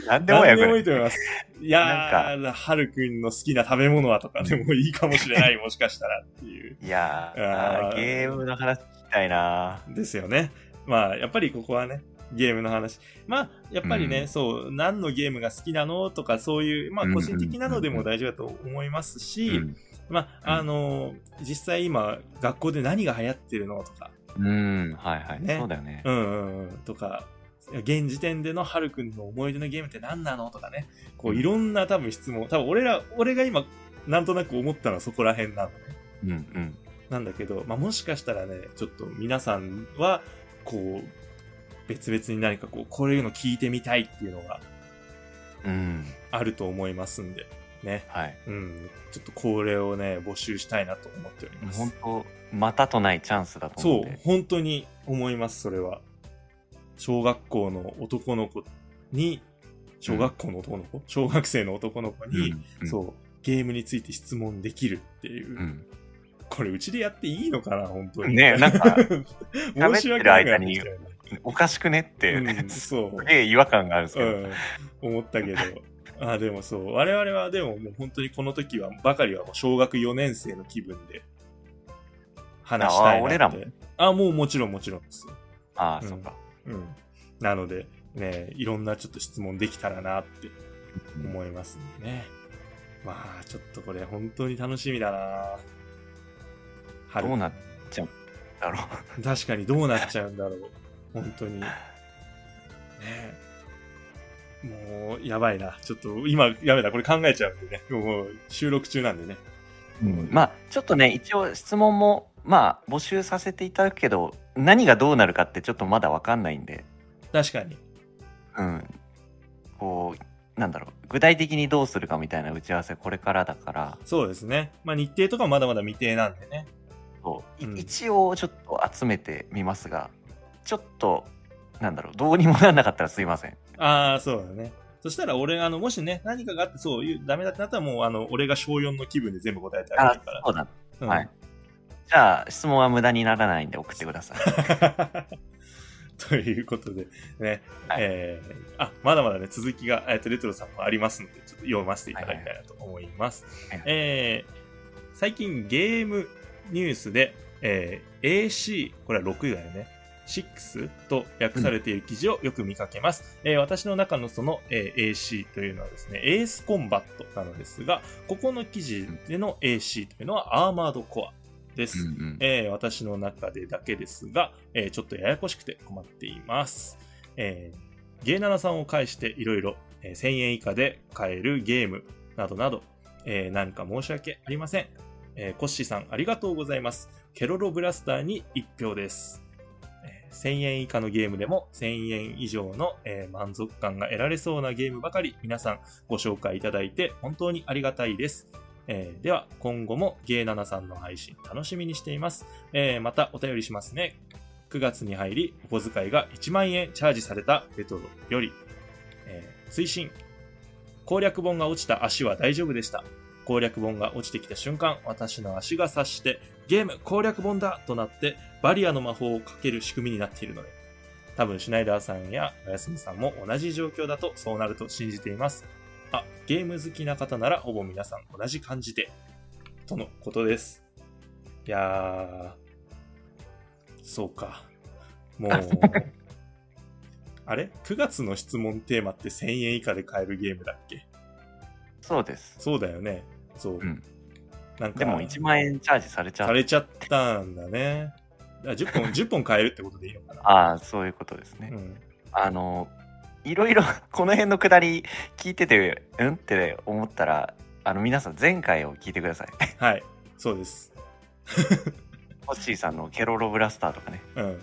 C: 何でもや
B: 何
C: る
B: でもい
C: よ
B: いと思います。いやー、はるくんの好きな食べ物はとかでもいいかもしれ ない、もしかしたらっていう。
C: いや
B: あー
C: ー、ゲームの話聞きたいな。
B: ですよね。まあ、やっぱりここはね、ゲームの話。まあ、やっぱりね、
C: うん
B: そう、何のゲームが好きなのとか、そういう、まあ、個人的なのでも大丈夫だと思いますし、
C: うん
B: まあ、あの実際今、学校で何が流行ってるのとか、
C: うん、はいはい。
B: ね
C: そうだよね。
B: うんうんうんとか現時点でのはるくんの思い出のゲームって何なのとかねこういろんな多分質問多分俺ら俺が今なんとなく思ったのはそこら辺なのね
C: うんうん。
B: なんだけど、まあ、もしかしたらねちょっと皆さんはこう別々に何かこうこういうの聞いてみたいっていうのが
C: うん。
B: あると思いますんでね
C: はい。
B: うんちょっとこれをね募集したいなと思っておりま
C: 本
B: す
C: 当またとないチャンスだと思
B: そううん
C: で。
B: 本当に思いますそれは小学校の男の子に小学校の男の子、小学生の男の子に、
C: ん
B: そうゲームについて質問できるっていう、
C: うん。
B: これうちでやっていいのかな本当に
C: ねなんか
B: 申し訳なくなってきたよね
C: おかしくねって、
B: う ん、そう
C: すげえ違和感があるんですけど。
B: うん、思ったけどあでもそう我々はでももう本当にこの時はばかりはもう小学4年生の気分で話したい
C: あ
B: なって
C: 俺らも
B: あもうもちろんもちろんです
C: ああ、
B: うん
C: そっか。
B: うん、なので、ね、いろんなちょっと質問できたらなって思いますんでね。まあ、ちょっとこれ本当に楽しみだな春
C: どうなっちゃうんだろ
B: 確かにどうなっちゃうんだろう。本当に。ねもう、やばいな。ちょっと今、やめた。これ考えちゃうんでね。もう、収録中なんでね。
C: う。 まあ、ちょっとね、一応質問も、まあ、募集させていただくけど、何がどうなるかってちょっとまだわかんないんで、
B: 確かに。
C: うん。こう、なんだろう、具体的にどうするかみたいな打ち合わせ、これからだから、
B: そうですね。まあ、日程とかまだまだ未定なんでね。
C: そうい
B: うん
C: 一応ちょっと集めてみますが、ちょっと、なんだろう、どうにもならなかったらすいません。
B: ああ、そうだね。そしたら俺、あの、もしね、何かがあって、そういう、ダメだってなったら、もう、あの、俺が小4の気分で全部答え てあげ
C: あ
B: るから。
C: そうだ、
B: うん
C: はい。じゃあ、質問は無駄にならないんで送ってくだ さい。
B: ということで、ね、
C: はい
B: えーあ、まだまだね、続きが、えっ、と、レトロさんもありますので、ちょっと読ませていただきたいなと思います。
C: はいはい
B: えー最近ゲームニュースで、えー AC、これは6だよね。6と訳されている記事をよく見かけます。えー私の中のその、えー AC というのはですね、エースコンバットなのですが、ここの記事での AC というのはアーマードコアです。
C: うん
B: えー私の中でだけですが、えーちょっとややこしくて困っています。えー、ゲイナナさんを介していろいろえー1000円以下で買えるゲームなどなど、えー何か申し訳ありません。えーコッシーさんありがとうございます。ケロロブラスターに1票です。えー1000円以下のゲームでも1000円以上の、えー満足感が得られそうなゲームばかり皆さんご紹介いただいて本当にありがたいです。えーでは今後もゲイナナさんの配信楽しみにしています。えーまたお便りしますね。9月に入り、お小遣いが1万円チャージされたレトロより、えー推進。攻略本が落ちた足は大丈夫でした。攻略本が落ちてきた瞬間、私の足が察して、ゲーム攻略本だとなって、バリアの魔法をかける仕組みになっているので、多分シュナイダーさんやおやすみさんも同じ状況だとそうなると信じています。あ、ゲーム好きな方ならほぼ皆さん同じ感じで、とのことです。いやー、そうか。もう、あれ ?9 月の質問テーマって1000円以下で買えるゲームだっけ
C: そうです。
B: そうだよね。そう。
C: うん
B: なんか、
C: でも1万円チャージされちゃ
B: さ
C: う。
B: れちゃったんだね。あ10本、10本買えるってことでいいのかな。
C: ああ、そういうことですね。
B: うん。
C: あの、いろい ろこの辺のくだり聞いてて、うんって思ったら、あの皆さん前回を聞いてください。
B: はい。そうです。
C: ホッシーさんのケロロブラスターとかね、
B: うん。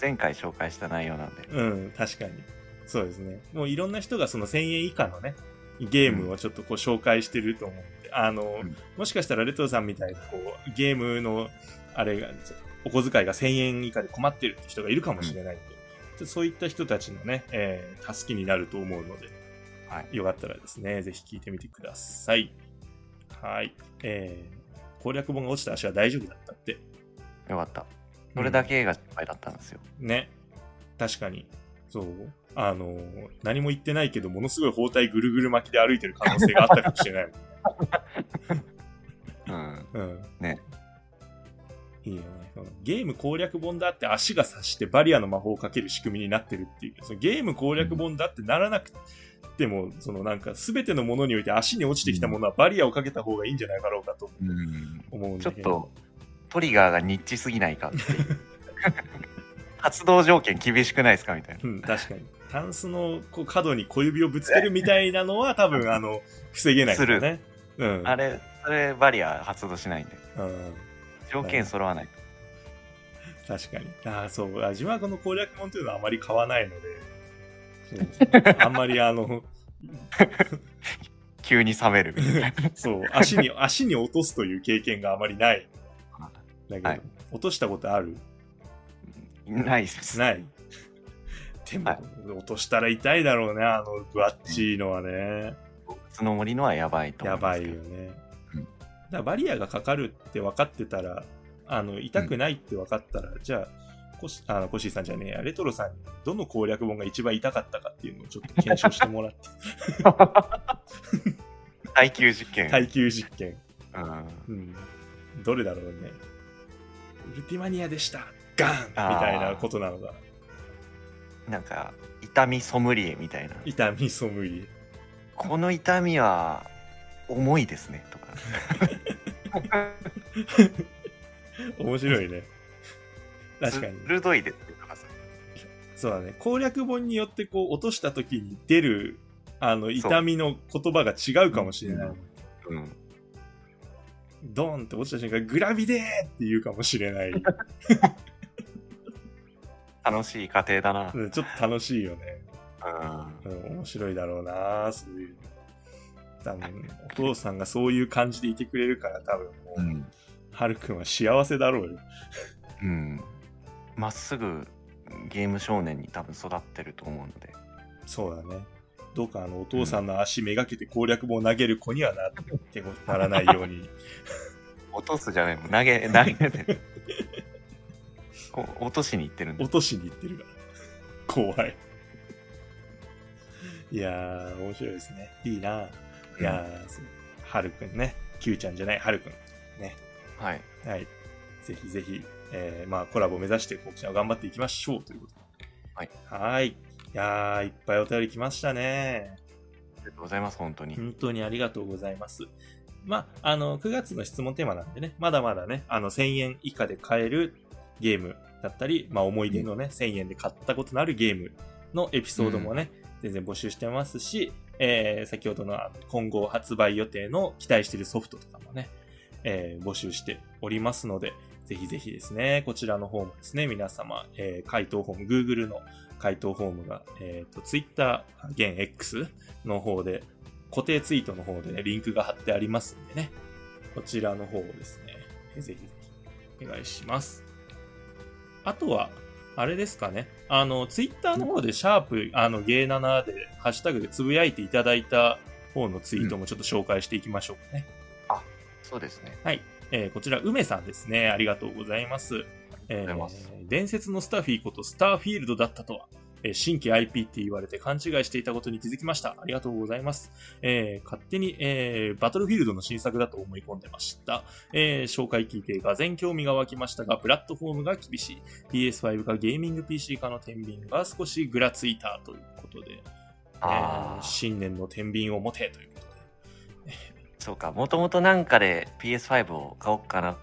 C: 前回紹介した内容なんで。
B: うん、確かに。そうですね。もういろんな人がその1000円以下のね、ゲームをちょっとこう紹介してると思うんで、あの、
C: うん
B: もしかしたらレトロさんみたいにこう、ゲームの、あれが、お小遣いが1000円以下で困ってるって人がいるかもしれないんで、ちょっとそういった人たちのね、えー助けになると思うので、
C: はい
B: よかったらですね、ぜひ聞いてみてください。はい。えー攻略本が落ちた足は大丈夫だったって。
C: よかった。それだけが失敗だったんですよ。
B: ね。確かに。そう。あの、何も言ってないけど、ものすごい包帯ぐるぐる巻きで歩いてる可能性があったかもしれない
C: うん。
B: もん。うん。
C: ね。
B: いいよね。そのゲーム攻略本だって足が察してバリアの魔法をかける仕組みになってるっていう。そのゲーム攻略本だってならなくても、そのなんか全てのものにおいて足に落ちてきたものはバリアをかけた方がいいんじゃないかろうかと
C: うん、
B: 思うん
C: ちょ
B: だ
C: っ
B: けど。
C: とトリガーがニッチすぎないかっていう 発動条件厳しくないですかみたいな
B: うん、確かに。タンスのこう角に小指をぶつけるみたいなのは多分、あの、防げないからね。うん。
C: あれそれバリア発動しないんで
B: うん。
C: 条件揃わない、
B: 確かに。ああ、そう。あ自分はこの攻略本というのはあまり買わないの で、そうあんまりあの、
C: 急に冷めるみたいな
B: そう、足に、足に落とすという経験があま りない。だけど、
C: はい
B: 落としたことある
C: ないです
B: ない。でも、
C: はい
B: 落としたら痛いだろうね、あの、分厚いのはね。
C: その森のはやばいと思
B: や
C: いま
B: ば
C: す
B: い
C: けど
B: よね。
C: うん
B: だからバリアがかかるって分かってたら、あの痛くないって分かったら、じゃあ、コシあのコッシーさんじゃねえや、レトロさんにどの攻略本が一番痛かったかっていうのをちょっと検証して もらって、
C: 耐久実験、
B: 耐久実験。
C: うん
B: うん。どれだろうね。ウルティマニアでしたガンみ
C: あー
B: たいなことなのが、
C: なんか痛みソムリエみたいな
B: 痛みソムリエ。
C: この痛みは重いですねとか
B: 面 白いね。確かに。
C: 鋭いですねとかさ
B: そうだね。攻略本によってこう落とした時に出る、あの、痛みの言葉が違うかもしれない。
C: うん
B: ドーンって落ちた瞬間、グラビデーって言うかもしれない。 う
C: 楽しい家庭だな、
B: んちょっと楽しいよね。
C: うん
B: うん、面白いだろうなそういう。多分、お父さんがそういう感じでいてくれるから、多分もう、
C: うん
B: はるくんは幸せだろうよ。
C: うんまっすぐゲーム少年に多分育ってると思うので
B: そうだね。どうかあのお父さんの足めがけて攻略本を投げる子にはなってこならないように。
C: 落とすじゃないもん投 げ投げてるこう落としに行ってるんだ
B: 落としに行ってるから怖いいやー面白いですねいいないやーそうはるくんね Q ちゃんじゃないはるくんね
C: はい
B: はいぜひぜひ、えーまあコラボ目指してこちら頑張っていきましょうということで
C: はい
B: はーいいやーいっぱいお便り来ましたね
C: ありがとうございます本当に、
B: 本当にありがとうございます。まあ、あの、9月の質問テーマなんでね、まだまだね、あの、1000円以下で買えるゲームだったり、まあ、思い出のね、1000円で買ったことのあるゲームのエピソードもね、全然募集してますし、えー先ほどのあの今後発売予定の期待しているソフトとかもね、えー募集しておりますので、ぜひぜひですね、こちらの方もですね、皆様、えー回答フォーム、Google の回答フォームが、えーと、Twitter、現 X の方で、固定ツイートの方でね、リンクが貼ってありますんでね、こちらの方をですね、えーぜひぜひお願いします。あとは、あれですかね、あの、ツイッターの方で、シャープ、あの、ゲー7で、ハッシュタグでつぶやいていただいた方のツイートもちょっと紹介していきましょうかね。
C: そうですね
B: はい、えーこちら梅さんですねありがとうございます,、え
C: がとうございます
B: ー伝説のスタフィーことスターフィールドだったとは、えー新規 IP って言われて勘違いしていたことに気づきましたありがとうございます、えー勝手に、えーバトルフィールドの新作だと思い込んでました、えー紹介聞いてが然興味が湧きましたがプラットフォームが厳しい PS5 かゲーミング PC かの天秤が少しぐらついたということで、え
C: あ
B: ー
C: あ
B: 新年の天秤を持てということで
C: そうかもともとなんかで PS5 を買おうかなっ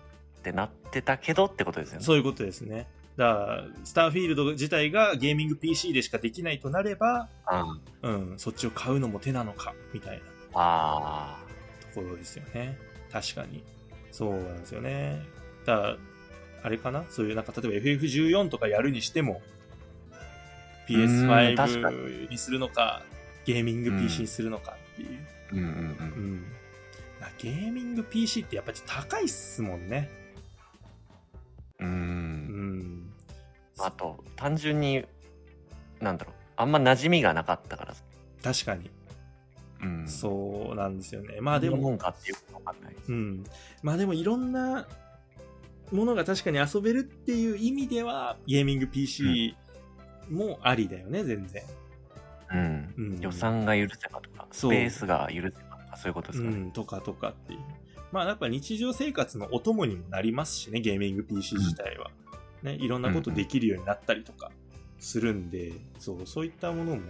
C: てなってたけどってことですよね
B: そういうことですね。だから、スターフィールド自体がゲーミング PC でしかできないとなれば、
C: あ
B: うん、そっちを買うのも手なのか、みたいな
C: あ
B: ところですよね。確かに。そうなんですよね。だからあれかなそういう、なんか、例えば FF14 とかやるにしても、
C: うん確か
B: PS5 にするのか、ゲーミング PC にするのかっていう。
C: うんうんう
B: うんん。だからゲーミング PC ってやっぱちょっと高いっすもんね。
C: う
B: うんん。
C: あと単純になんだろうあんま馴染みがなかったから
B: 確かに。
C: うん
B: そうなんですよね。
C: う
B: まあで
C: どんな
B: も
C: も、んかってよくわかんない
B: うん、まあでもいろんなものが確かに遊べるっていう意味ではゲーミング PC もありだよね全然、
C: うん
B: うん、
C: 予算が許せばとかス
B: そう
C: ペースが許せばとかそういうことで
B: う
C: すかね、
B: ん、とかとかっていうまあやっぱ日常生活のお供にもなりますしねゲーミング PC 自体は、ね、いろんなことできるようになったりとかするんで、そうそういったものも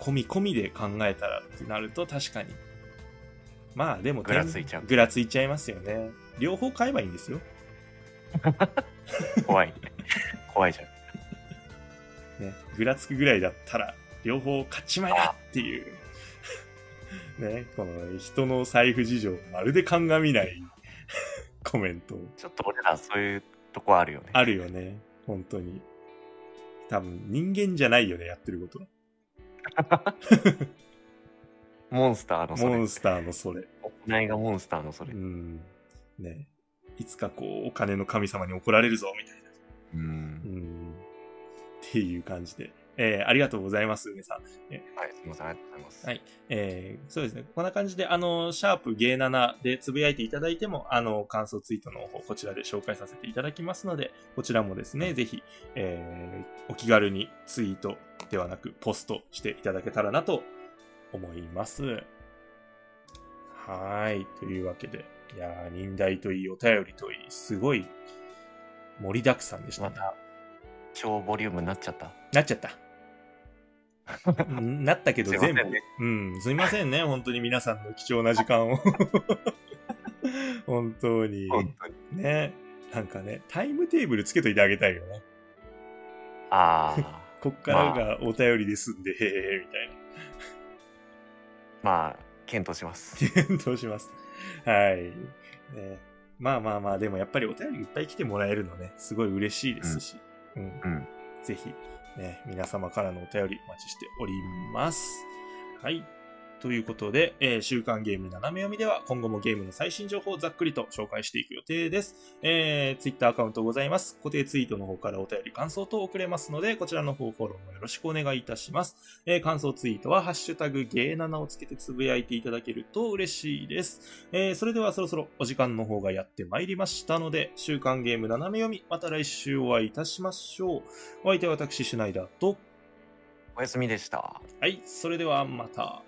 B: 込み込みで考えたらってなると確かにまあでも
C: ぐらついちゃう
B: ぐらついちゃいますよね両方買えばいいんですよ
C: 怖い 怖いじゃん
B: ね、ぐらつくぐらいだったら、両方勝ち前だっていう。 ね、この人の財布事情、まるで鑑みない コメント。
C: ちょっと俺らそういうとこあるよね
B: あるよね、本当に。多分、人間じゃないよね、やってること。
C: モンスターのそ
B: モ
C: れ
B: ンスターのそれ。
C: 行いがモンスターのそうれ
B: ん。ね。いつかこう、お金の神様に怒られるぞ、みたいな。
C: うん
B: うん。っていう感じで。えーありがとうございます、梅さ
C: は
B: ん。
C: いすみませんありがとうございます、
B: はいえーそうですね。こんな感じで、あの、シャープゲー7でつぶやいていただいても、あの、感想ツイートの方、こちらで紹介させていただきますので、こちらもですね、ぜひ、えーお気軽にツイートではなく、ポストしていただけたらなと思います。はーい。というわけで、いやー、忍耐といい、お便りといい、すごい、盛りだくさんでした
C: ま
B: ね。
C: た超ボリュームになっちゃった
B: なっちゃ った。んなったけど
C: すい
B: 全
C: ませ
B: 部
C: んね
B: うん、すいませ んね、本当に皆さんの貴重な時間を。本当に。
C: 当に
B: ね。なんかね、タイムテーブルつけといてあげたいよね。
C: あ あ
B: こっからがお便りですんで、へえへえ、みたいな。
C: まあ検討します
B: 検討します。はい。ね、まあまあまあ、でもやっぱりお便りいっぱい来てもらえるのね、すごい嬉しいですし。うん。
C: うん
B: ぜひ、ね、皆様からのお便りお待ちしております。はい。ということで、えー週刊ゲーム斜め読みでは今後もゲームの最新情報をざっくりと紹介していく予定です。えー、Twitter アカウントございます。固定ツイートの方からお便り、感想等送れますので、こちらの方フォローもよろしくお願いいたします。えー感想ツイートは、ハッシュタグゲーナナをつけてつぶやいていただけると嬉しいです。えーそれではそろそろお時間の方がやってまいりましたので、週刊ゲーム斜め読み、また来週お会いいたしましょう。お相手は私、シュナイダーと、
C: おやすみでした。
B: はい、それではまた。